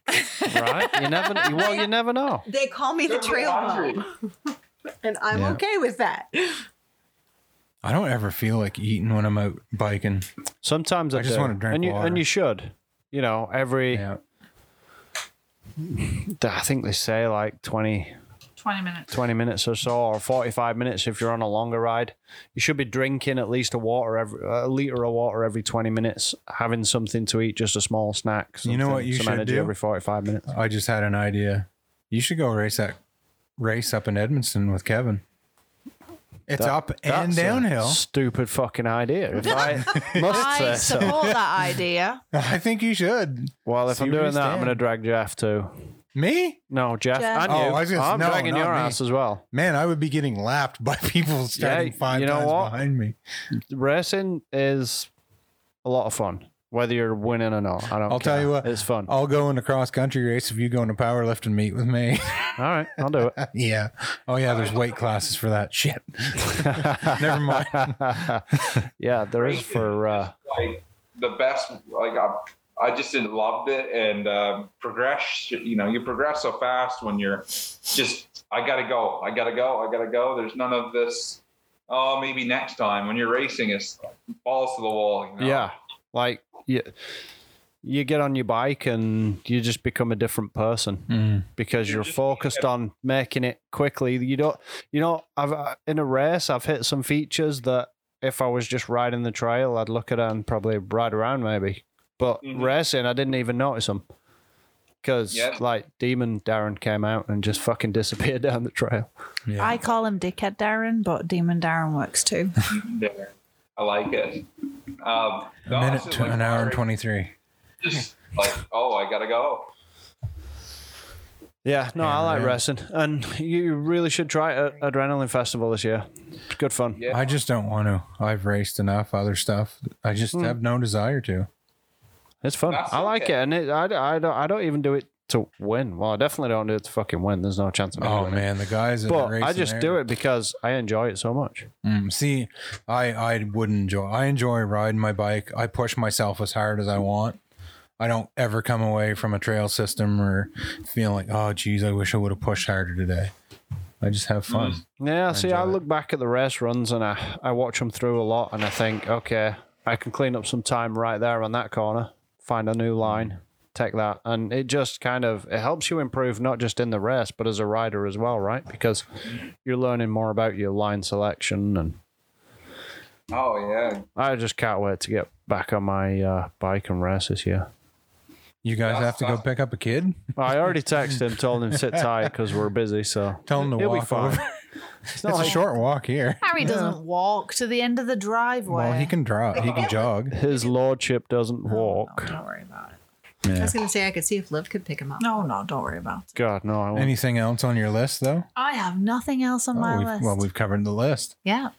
C: right? You never. Well, you never know.
F: They call me the
D: Don't get
F: trail
D: hungry.
F: mom, (laughs) and I'm
A: Yeah.
F: okay with that.
A: I don't ever feel like eating when I'm out biking.
C: Sometimes I,
A: I just
C: do.
A: wanna drink
C: and you,
A: water.
C: And you should. You know, every.
A: Yeah.
C: I think they say like 20,
B: 20 minutes.
C: 20 minutes or so, or forty-five minutes if you're on a longer ride. You should be drinking at least a water every a liter of water every twenty minutes, having something to eat, just a small snack.
A: You know
C: something,
A: what you
C: some
A: should
C: energy
A: do?
C: every forty-five minutes.
A: I just had an idea. You should go race that race up in Edmondson with Kevin. It's
C: That-
A: up and
C: That's a
A: downhill.
C: Stupid fucking
B: (laughs)
C: idea. If I must
B: I
A: uh,
C: say so.
B: support that idea.
A: (laughs) I think you should.
C: Well, if
A: See
C: I'm
A: where you
C: doing that, I'm
A: stand.
C: going to drag Jeff too.
A: Me?
C: No, Jeff,
B: Jeff.
C: and
A: Oh,
C: you.
A: I was gonna say-
C: I'm
A: no,
C: dragging
A: not
C: your
A: me.
C: ass as well.
A: Man, I would be getting lapped by (laughs) people starting five
C: you know
A: times
C: what?
A: behind me.
C: racing is a lot of fun, whether you're winning or not. I don't.
A: I'll
C: care.
A: tell you what.
C: it's fun.
A: I'll go in a cross country race if you go in a powerlifting meet with me. (laughs)
C: All right, I'll do it.
A: yeah. Oh yeah, there's weight classes for that shit. (laughs) Never
C: (laughs)
A: mind.
C: yeah, there is for. Uh,
D: Like the best. Like I, I just loved it and um, progress. You know, you progress so fast when you're just. I gotta go. I gotta go. I gotta go. There's none of this. Oh, maybe next time when you're racing, it's balls to the wall. You know?
C: Yeah, like you, you get on your bike and you just become a different person.
A: Mm,
C: because
D: You're
C: you're
D: just-
C: focused on making it quickly. You don't, you know, I've uh, in a race, I've hit some features that if I was just riding the trail, I'd look at it and probably ride around maybe. But
D: Mhm.
C: racing, I didn't even notice them because
D: Yeah.
C: like Demon Darren came out and just fucking disappeared (laughs) down the trail.
A: Yeah.
G: I call him Dickhead Darren, but Demon Darren
F: (laughs)
G: works too.
D: there. I like it. Um,
A: a minute to an hour and twenty three.
D: Just like, oh, I gotta go.
C: Yeah, no, I like
A: yeah.
C: wrestling, and you really should try a- Adrenaline Festival this year. It's good fun.
D: Yeah.
A: I just don't want to. I've raced enough other stuff. I just
C: Hmm.
A: have no desire to.
C: It's fun.
D: That's
C: I like
D: okay.
C: it, and it, I, I don't I don't even do it to win. Well, I definitely don't do it to fucking win. There's no chance of me
A: Oh
C: winning.
A: man, the guys that
C: But
A: race
C: I just do it because I enjoy it so much.
A: Mm, see, I I wouldn't enjoy. I enjoy riding my bike. I push myself as hard as I want. I don't ever come away from a trail system or feeling like, oh, geez, I wish I would have pushed harder today. I just
C: Mm.
A: have fun.
C: Yeah, see, I
A: enjoy it.
C: look back at the race runs and I, I watch them through a lot and I think, okay, I can clean up some time right there on that corner, find a new line, take that. And it just kind of it helps you improve not just in the race, but as a rider as well, right? Because you're learning more about your line selection and
D: Oh yeah.
C: I just can't wait to get back on my uh, bike and race this year.
A: You guys have to go pick up a kid.
C: I already texted him, told him (laughs) sit tight because we're busy. So
A: Tell him to
C: He'll be
A: walk
C: fine.
A: over.
C: (laughs) it's
A: (laughs) It's a short walk
G: (laughs)
A: here.
B: Harry doesn't walk to the end of the driveway.
A: Well, he can draw. He
G: (laughs)
A: can jog.
C: His lordship doesn't
G: Oh,
C: walk.
G: Don't worry about it.
F: I
A: Yeah.
F: was going to say I could see if Liv could pick him up.
G: No, no, don't worry about it.
C: God, no, I won't.
A: Anything else on your list, though?
G: I have nothing else on my
A: Oh, we've,
G: list.
A: well, we've covered the list.
B: yeah.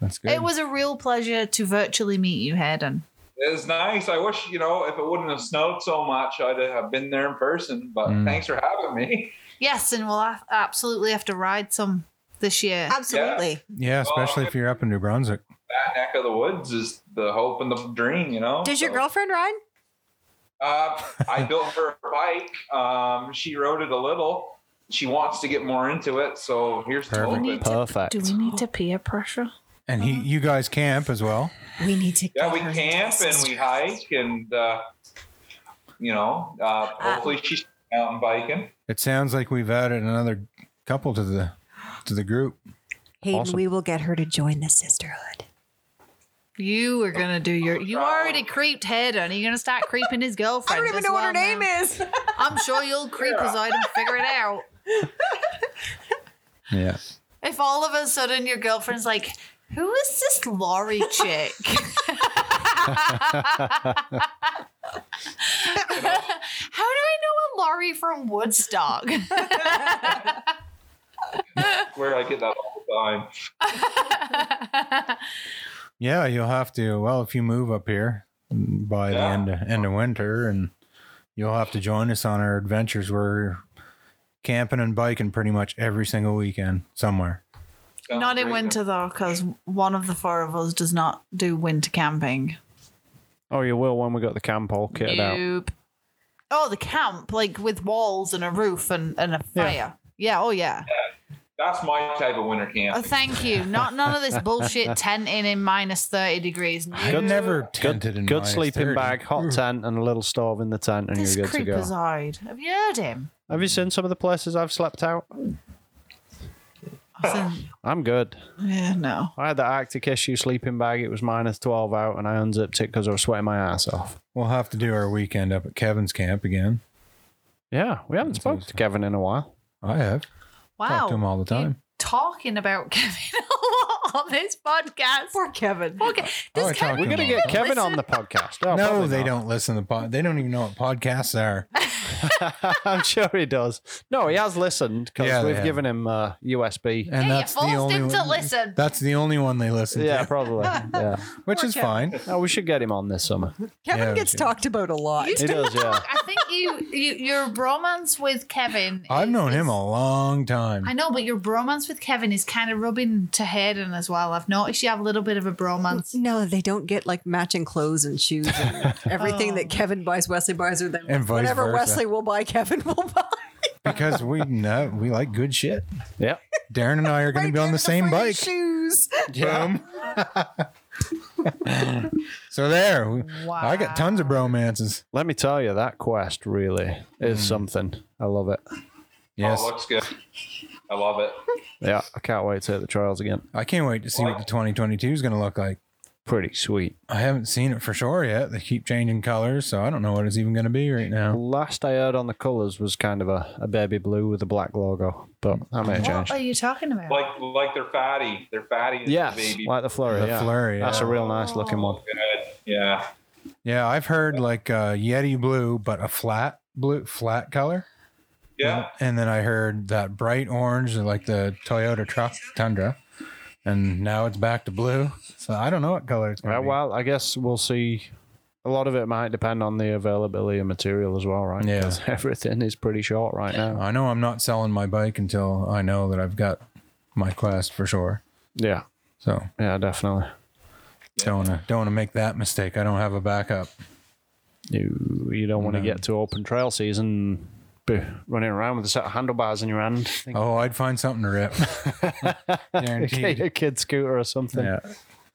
A: That's good.
B: It was a real pleasure to virtually meet you, Hayden.
D: It was nice. I wish, you know, if it wouldn't have snowed so much, I'd have been there in person. But
A: Mm.
D: thanks for having me. (laughs)
B: Yes, and we'll a- absolutely have to ride some this year.
F: Absolutely.
A: yeah, especially if you're up in New Brunswick.
D: That neck of the woods is the hope and the dream, you know.
F: Does your
D: So,
F: girlfriend ride?
D: Uh, I built her a bike. Um, she rode it a little. She wants to get more into it. So here's the
A: Perfect.
C: (laughs)
D: hope.
C: Perfect.
G: Do we need to peer pressure?
A: And
G: Uh-huh.
A: he, you guys camp as well.
F: We need to.
D: Yeah,
F: get
D: we
F: her
D: camp
F: tested.
D: and we hike and, uh, you know, uh, hopefully she's mountain biking.
A: It sounds like we've added another couple to the to the group.
F: Hayden,
C: Awesome.
F: we will get her to join the sisterhood.
B: You are gonna do your.
A: (laughs)
B: You already creeped Hayden. You're gonna start creeping his girlfriend.
E: I don't even
B: as
E: know what her
B: well
E: name
B: now.
E: is.
D: (laughs)
B: I'm sure you'll creep his out and figure it out.
A: Yeah.
B: If all of a sudden your girlfriend's like, "Who is this Laurie
D: (laughs)
B: chick?" How do I know a Laurie from Woodstock?
D: Where I get that all the time.
A: Yeah, you'll have to. Well, if you move up here by the
D: Yeah.
A: end of, end of winter, and you'll have to join us on our adventures. We're camping and biking pretty much every single weekend somewhere.
D: Sounds
G: (laughs) not in
D: great.
G: winter though, because one of the four of us does not do winter camping.
C: Oh, you will when we got the camp all kitted out.
B: Nope. Oh, the camp, like with walls and a roof and, and a
C: Yeah.
B: fire. Yeah. oh yeah.
D: That's my type of winter camp.
B: Oh, thank you. Not none of this
C: (laughs)
B: bullshit tenting in minus thirty degrees. No.
A: I've never tented in
C: Good, good
A: minus
C: sleeping
A: 30.
C: bag, hot tent, and a little stove in the tent, and
G: This
C: you're good to
G: creeper's
C: go.
G: eyed.
B: Have you heard him?
C: Have you seen some of the places I've slept out? I'm good.
G: Yeah, no.
C: I had the Arctic issue sleeping bag. It was minus 12 out, and I unzipped it because I was sweating my ass off.
A: We'll have to do our weekend up at Kevin's camp again.
C: Yeah, we haven't spoken to Kevin in a while.
A: I have
B: Wow.
A: talked to him all the
B: You're
A: time.
B: talking about (laughs) Kevin a lot on this podcast.
F: Poor Kevin.
B: Okay.
A: Oh, I
B: Does
A: talked
B: Kevin
A: to
C: We're
A: him
C: going to
A: all
C: get
A: the time.
C: Kevin on the podcast. Oh,
A: No,
C: probably
A: they
C: not.
A: don't listen to the pod. They don't even know what podcasts are.
C: (laughs) I'm sure he does. No, he has listened because
A: Yeah, they
C: we've
A: have.
C: given him uh,
A: (laughs)
C: USB.
A: And
B: Yeah, you
A: that's the
B: forced
A: only
B: him to
A: one-
B: listen.
A: That's the only one they listen
C: Yeah,
A: to,
C: probably. Yeah.
A: which is fine.
C: No, we should get him on this summer.
E: Kevin
A: Yeah,
E: gets
A: okay.
E: talked about a lot.
C: He
A: (laughs)
C: does, yeah.
B: I think you, you your bromance with
C: (laughs)
B: Kevin.
A: I've
B: is-
A: known him
B: is-
A: a long time.
B: I know, but your bromance with Kevin is kind of rubbing to Hayden as well. I've noticed you have a little bit of a
C: (laughs)
B: bromance.
E: No, they don't get like matching clothes and shoes
D: (laughs)
E: and everything
F: Oh.
E: that Kevin buys, Wesley buys, or then
A: And vice
E: whatever
A: versa.
E: Wesley will buy, Kevin will buy.
A: because we know we like good shit.
C: Yeah.
A: Darren and I are going to be on the same bike.
E: Shoes.
A: Boom. (laughs) so there, we- I got tons of bromances.
C: Let me tell you, that quest really is
A: Mm.
C: something. I love it.
A: Yes,
D: Oh, looks good. I love it.
C: Yeah, I can't wait to hit the trials again.
A: I can't wait to see what the 2022 is going to look like.
C: Pretty sweet.
A: I haven't seen it for sure yet. They keep changing colors, so I don't know what it's even going to be right now.
C: Last I heard on the colours was kind of a, a baby blue with a black logo, but I may have
B: What
C: changed.
B: are you talking about?
D: Like like they're fatty. They're fatty. as a
C: Yes,
D: Baby.
C: like the flurry.
A: The
C: yeah.
A: flurry,
C: That's a
A: yeah.
C: real nice looking one.
D: Good. Yeah.
A: Yeah, I've heard like uh, Yeti blue, but a flat blue, flat color.
D: Yeah.
A: And then I heard that bright orange, like the Toyota truck Tundra, and now it's back to blue. So I don't know what color it's going
C: Uh,
A: to be.
C: well, I guess we'll see. A lot of it might depend on the availability of material as well, right?
A: Yeah.
C: 'Cause (laughs) everything is pretty short right now.
A: I know I'm not selling my bike until I know that I've got my quest for sure.
C: Yeah,
A: So
C: yeah, definitely.
A: don't wanna, don't want to make that mistake. I don't have a backup.
C: You you don't want to
A: No.
C: get to open trail season, be running around with a set of handlebars in your
A: (laughs)
C: hand, (laughs) think,
A: Oh, I'd find something to rip.
B: (laughs)
C: "Okay,
A: Guaranteed.
C: a kid scooter or
A: (laughs)
C: something.
A: Yeah.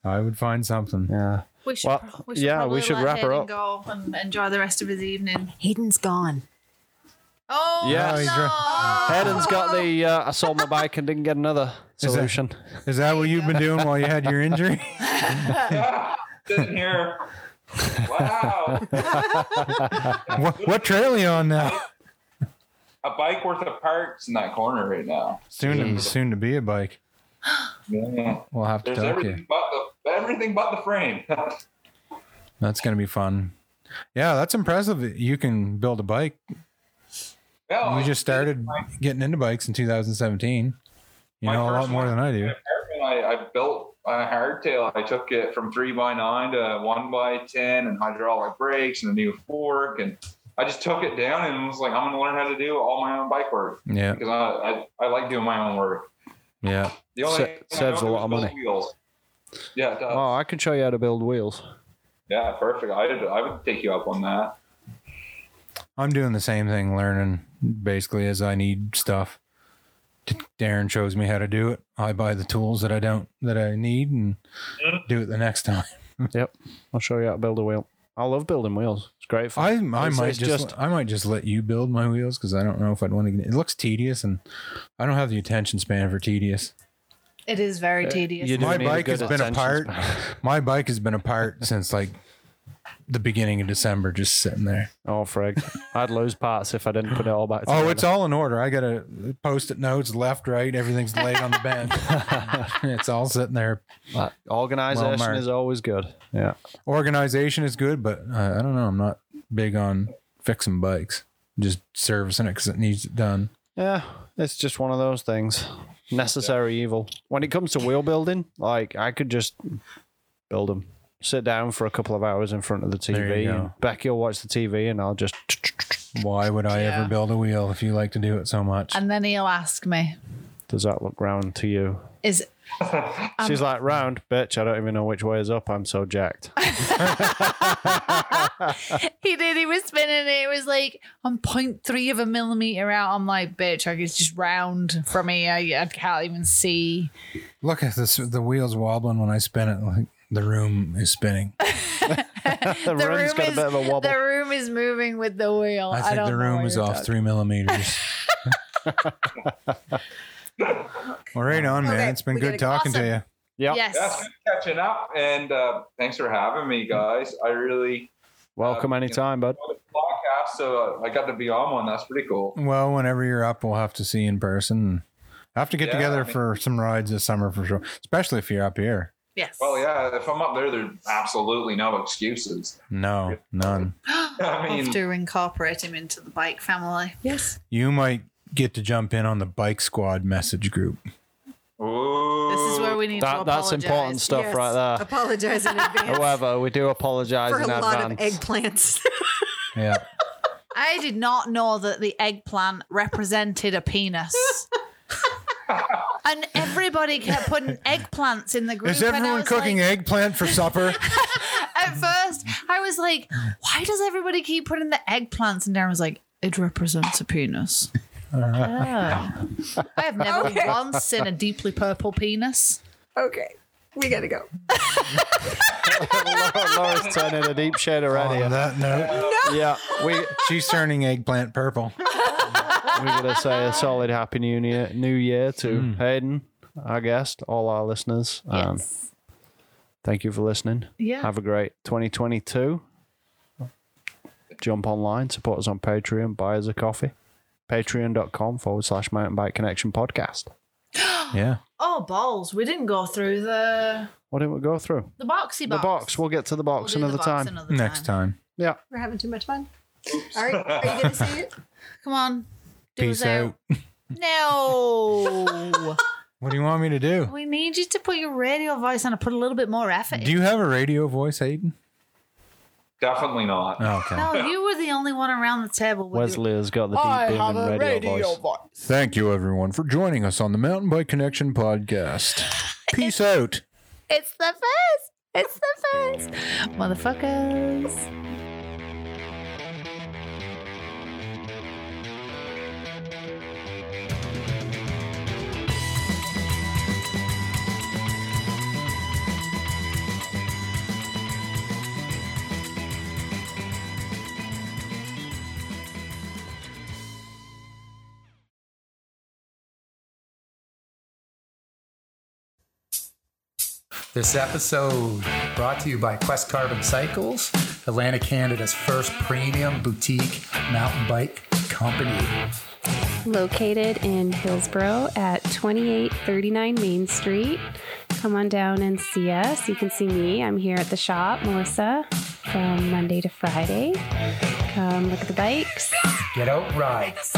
A: I would find something.
C: yeah.
B: We should,
C: Well,
B: pro- we should
C: yeah, we
B: probably
C: should
B: let
C: wrap her
B: Hayden
C: up.
B: go and enjoy the rest of his evening.
F: Hayden's gone.
B: Oh,
C: Yes.
A: Oh, he's
B: no.
C: Hayden's got the uh, I sold my bike and didn't
A: (laughs)
C: get another
A: that-
C: solution.
A: Is that what you've been doing while you had your injury?
G: (laughs)
D: (laughs) Sitting here. Wow.
A: what, what trail you on now?
D: a bike worth of parts in that corner right now.
A: Soon to, soon to be a bike.
D: Yeah.
A: We'll have to
D: There's
A: talk to
D: everything
A: you.
D: but the everything but the frame. (laughs)
A: That's going to be fun. Yeah, that's impressive. that You can build a bike.
D: well,
A: You just started getting into bikes in 2017. You
D: My
A: know a lot
D: first
A: more
D: one.
A: than I do.
D: my apartment, I, I built a hardtail. I took it from three by nine to one by ten, and hydraulic brakes and a new fork, and I just took it down and was like, I'm gonna learn how to do all my own bike work
A: Yeah,
D: because I, I I like doing my own work.
A: yeah.
D: The only
C: Sa-
D: thing I
C: saves a
D: don't do
C: lot
D: is
C: of
D: build
C: money.
D: Wheels. Yeah, it does.
C: Oh, I can show you how to build wheels.
D: yeah, perfect. I would I would take you up on that.
A: I'm doing the same thing, learning basically as I need stuff. D- Darren shows me how to do it. I buy the tools that I don't that I need and do it the next time.
C: Yep, I'll show you how to build a wheel. I love building wheels. It's great fun.
A: I I
C: It's-
A: might
C: it's
A: just, I might just let you build my wheels because I don't know if I'd want to. It looks tedious, and I don't have the attention span for tedious.
B: It is very tedious.
C: Uh, you do
A: My
C: need a
A: bike
C: good
A: has been
C: attention
A: apart.
C: span.
A: (laughs) My bike has been apart since like the beginning of December, just sitting there.
C: Oh, frig. I'd lose parts if I didn't put it all back together.
A: Oh, it's all in order. I got a post-it notes, left, right. Everything's laid on the
C: (laughs)
A: bench. (laughs) it's all sitting there.
C: But organization
A: Walmart.
C: is always good. Yeah.
A: Organization is good, but uh, I don't know. I'm not big on fixing bikes. Just servicing it because it needs it done.
C: Yeah. It's just one of those things. Necessary evil. When it comes to wheel building, like I could just build them. Sit down for a couple of hours in front of the
A: There you
C: TV.
A: go.
C: And Becky will watch the TV and I'll just.
A: Why would I
B: Yeah.
A: ever build a wheel if you like to do it so much?
C: Um,
B: And then he'll ask me,
C: Does that look round to you?
B: is
C: She's like, round, bitch. I don't even know which way is up. I'm so jacked.
B: he did, he was spinning it. It was like, I'm 0.3 of a millimeter out. I'm like, bitch, I it's just round from here. I, I can't even see.
A: Look at this. The wheel's wobbling when I spin it. Like the room is spinning.
C: the, room's got a bit of a wobble.
B: the room is moving with the wheel.
A: I think
B: don't
A: the
B: know
A: room
B: what
A: is
B: you're
A: off
B: talking-
A: three millimeters.
B: (laughs)
A: well, right on, man.
E: Okay,
A: it's been
E: we
A: good
E: did
A: talking to
B: awesome.
A: you.
C: Yep.
D: Yeah,
B: Yes.
D: good catching up, and uh, thanks for having me, guys. I really
C: Welcome
D: Uh,
C: anytime, bud.
D: love the podcast, so uh, I got to be on one. That's pretty cool.
A: Well, whenever you're up, we'll have to see you in person. I have to get
D: Yeah,
A: together
D: I mean-
A: for some rides this summer for sure, especially if you're up here.
B: Yes.
D: Well, yeah, if I'm up there, there's absolutely no excuses. (laughs)
A: No, none.
D: I mean,
B: have to incorporate him into the bike family.
E: Yes.
A: You might get to jump in on the bike squad message group.
D: ooh,
B: This is where we need to
C: That, that's
B: apologize.
C: important stuff
E: Yes.
C: right there.
F: Apologize
A: (laughs)
F: in advance
C: However, we do apologize
F: for a
C: in
F: lot of
C: advance.
E: (laughs)
F: eggplants.
A: Yeah.
B: I did not know that the eggplant represented
A: (laughs)
B: a penis. and everybody kept putting eggplants in the
A: (laughs)
B: group.
A: Is
B: and I
A: everyone
B: was
A: cooking
B: like,
A: eggplant for
B: (laughs)
A: supper?
B: At first, I was like, why does everybody keep putting the eggplants? And Darren was like, it represents a penis. Oh. I have never
E: Okay.
B: once seen a deeply purple penis.
E: Okay. We gotta go.
C: Laura's turning a deep shade already.
A: on that note,
C: Um, Yeah, we we
A: she's turning eggplant
B: (gasps)
A: purple.
C: gotta say a solid happy new year, new year to Hayden, our guest, all our listeners. Um,
B: Yes.
C: thank you for listening.
B: Yeah.
C: Have a great 2022. Jump online, support us on Patreon, buy us a coffee. Patreon.com forward slash mountain bike connection podcast.
A: Yeah.
B: Oh, balls. We didn't go through the
C: What did we go through?
B: the boxy box.
C: The box. We'll get to the box
B: We'll do the
C: another
B: box
C: time.
B: another
A: Next time.
C: yeah.
F: We're having too much fun. All right. Are you going to see it?
B: Come on.
A: Peace
B: Do's out.
A: out.
B: No. (laughs)
A: What do you want me to do?
B: we need you to put your radio voice on and put a little bit more effort.
A: Do you have a radio voice, Hayden?
D: Definitely not.
A: Oh, okay.
B: no, you were the only one around the table. with your-
C: Wesley has got the deep booming radio, voice.
A: Thank you, everyone, for joining us on the Mountain Bike Connection podcast. Peace out.
B: It's the first. It's the first. Motherfuckers.
H: This episode brought to you by Quest Carbon Cycles, Atlanta, Canada's first premium boutique mountain bike company.
I: located in Hillsboro at 2839 Main Street. Come on down and see us. You can see me. I'm here at the shop, Melissa, from Monday to Friday. Come look at the bikes.
H: Get out rides.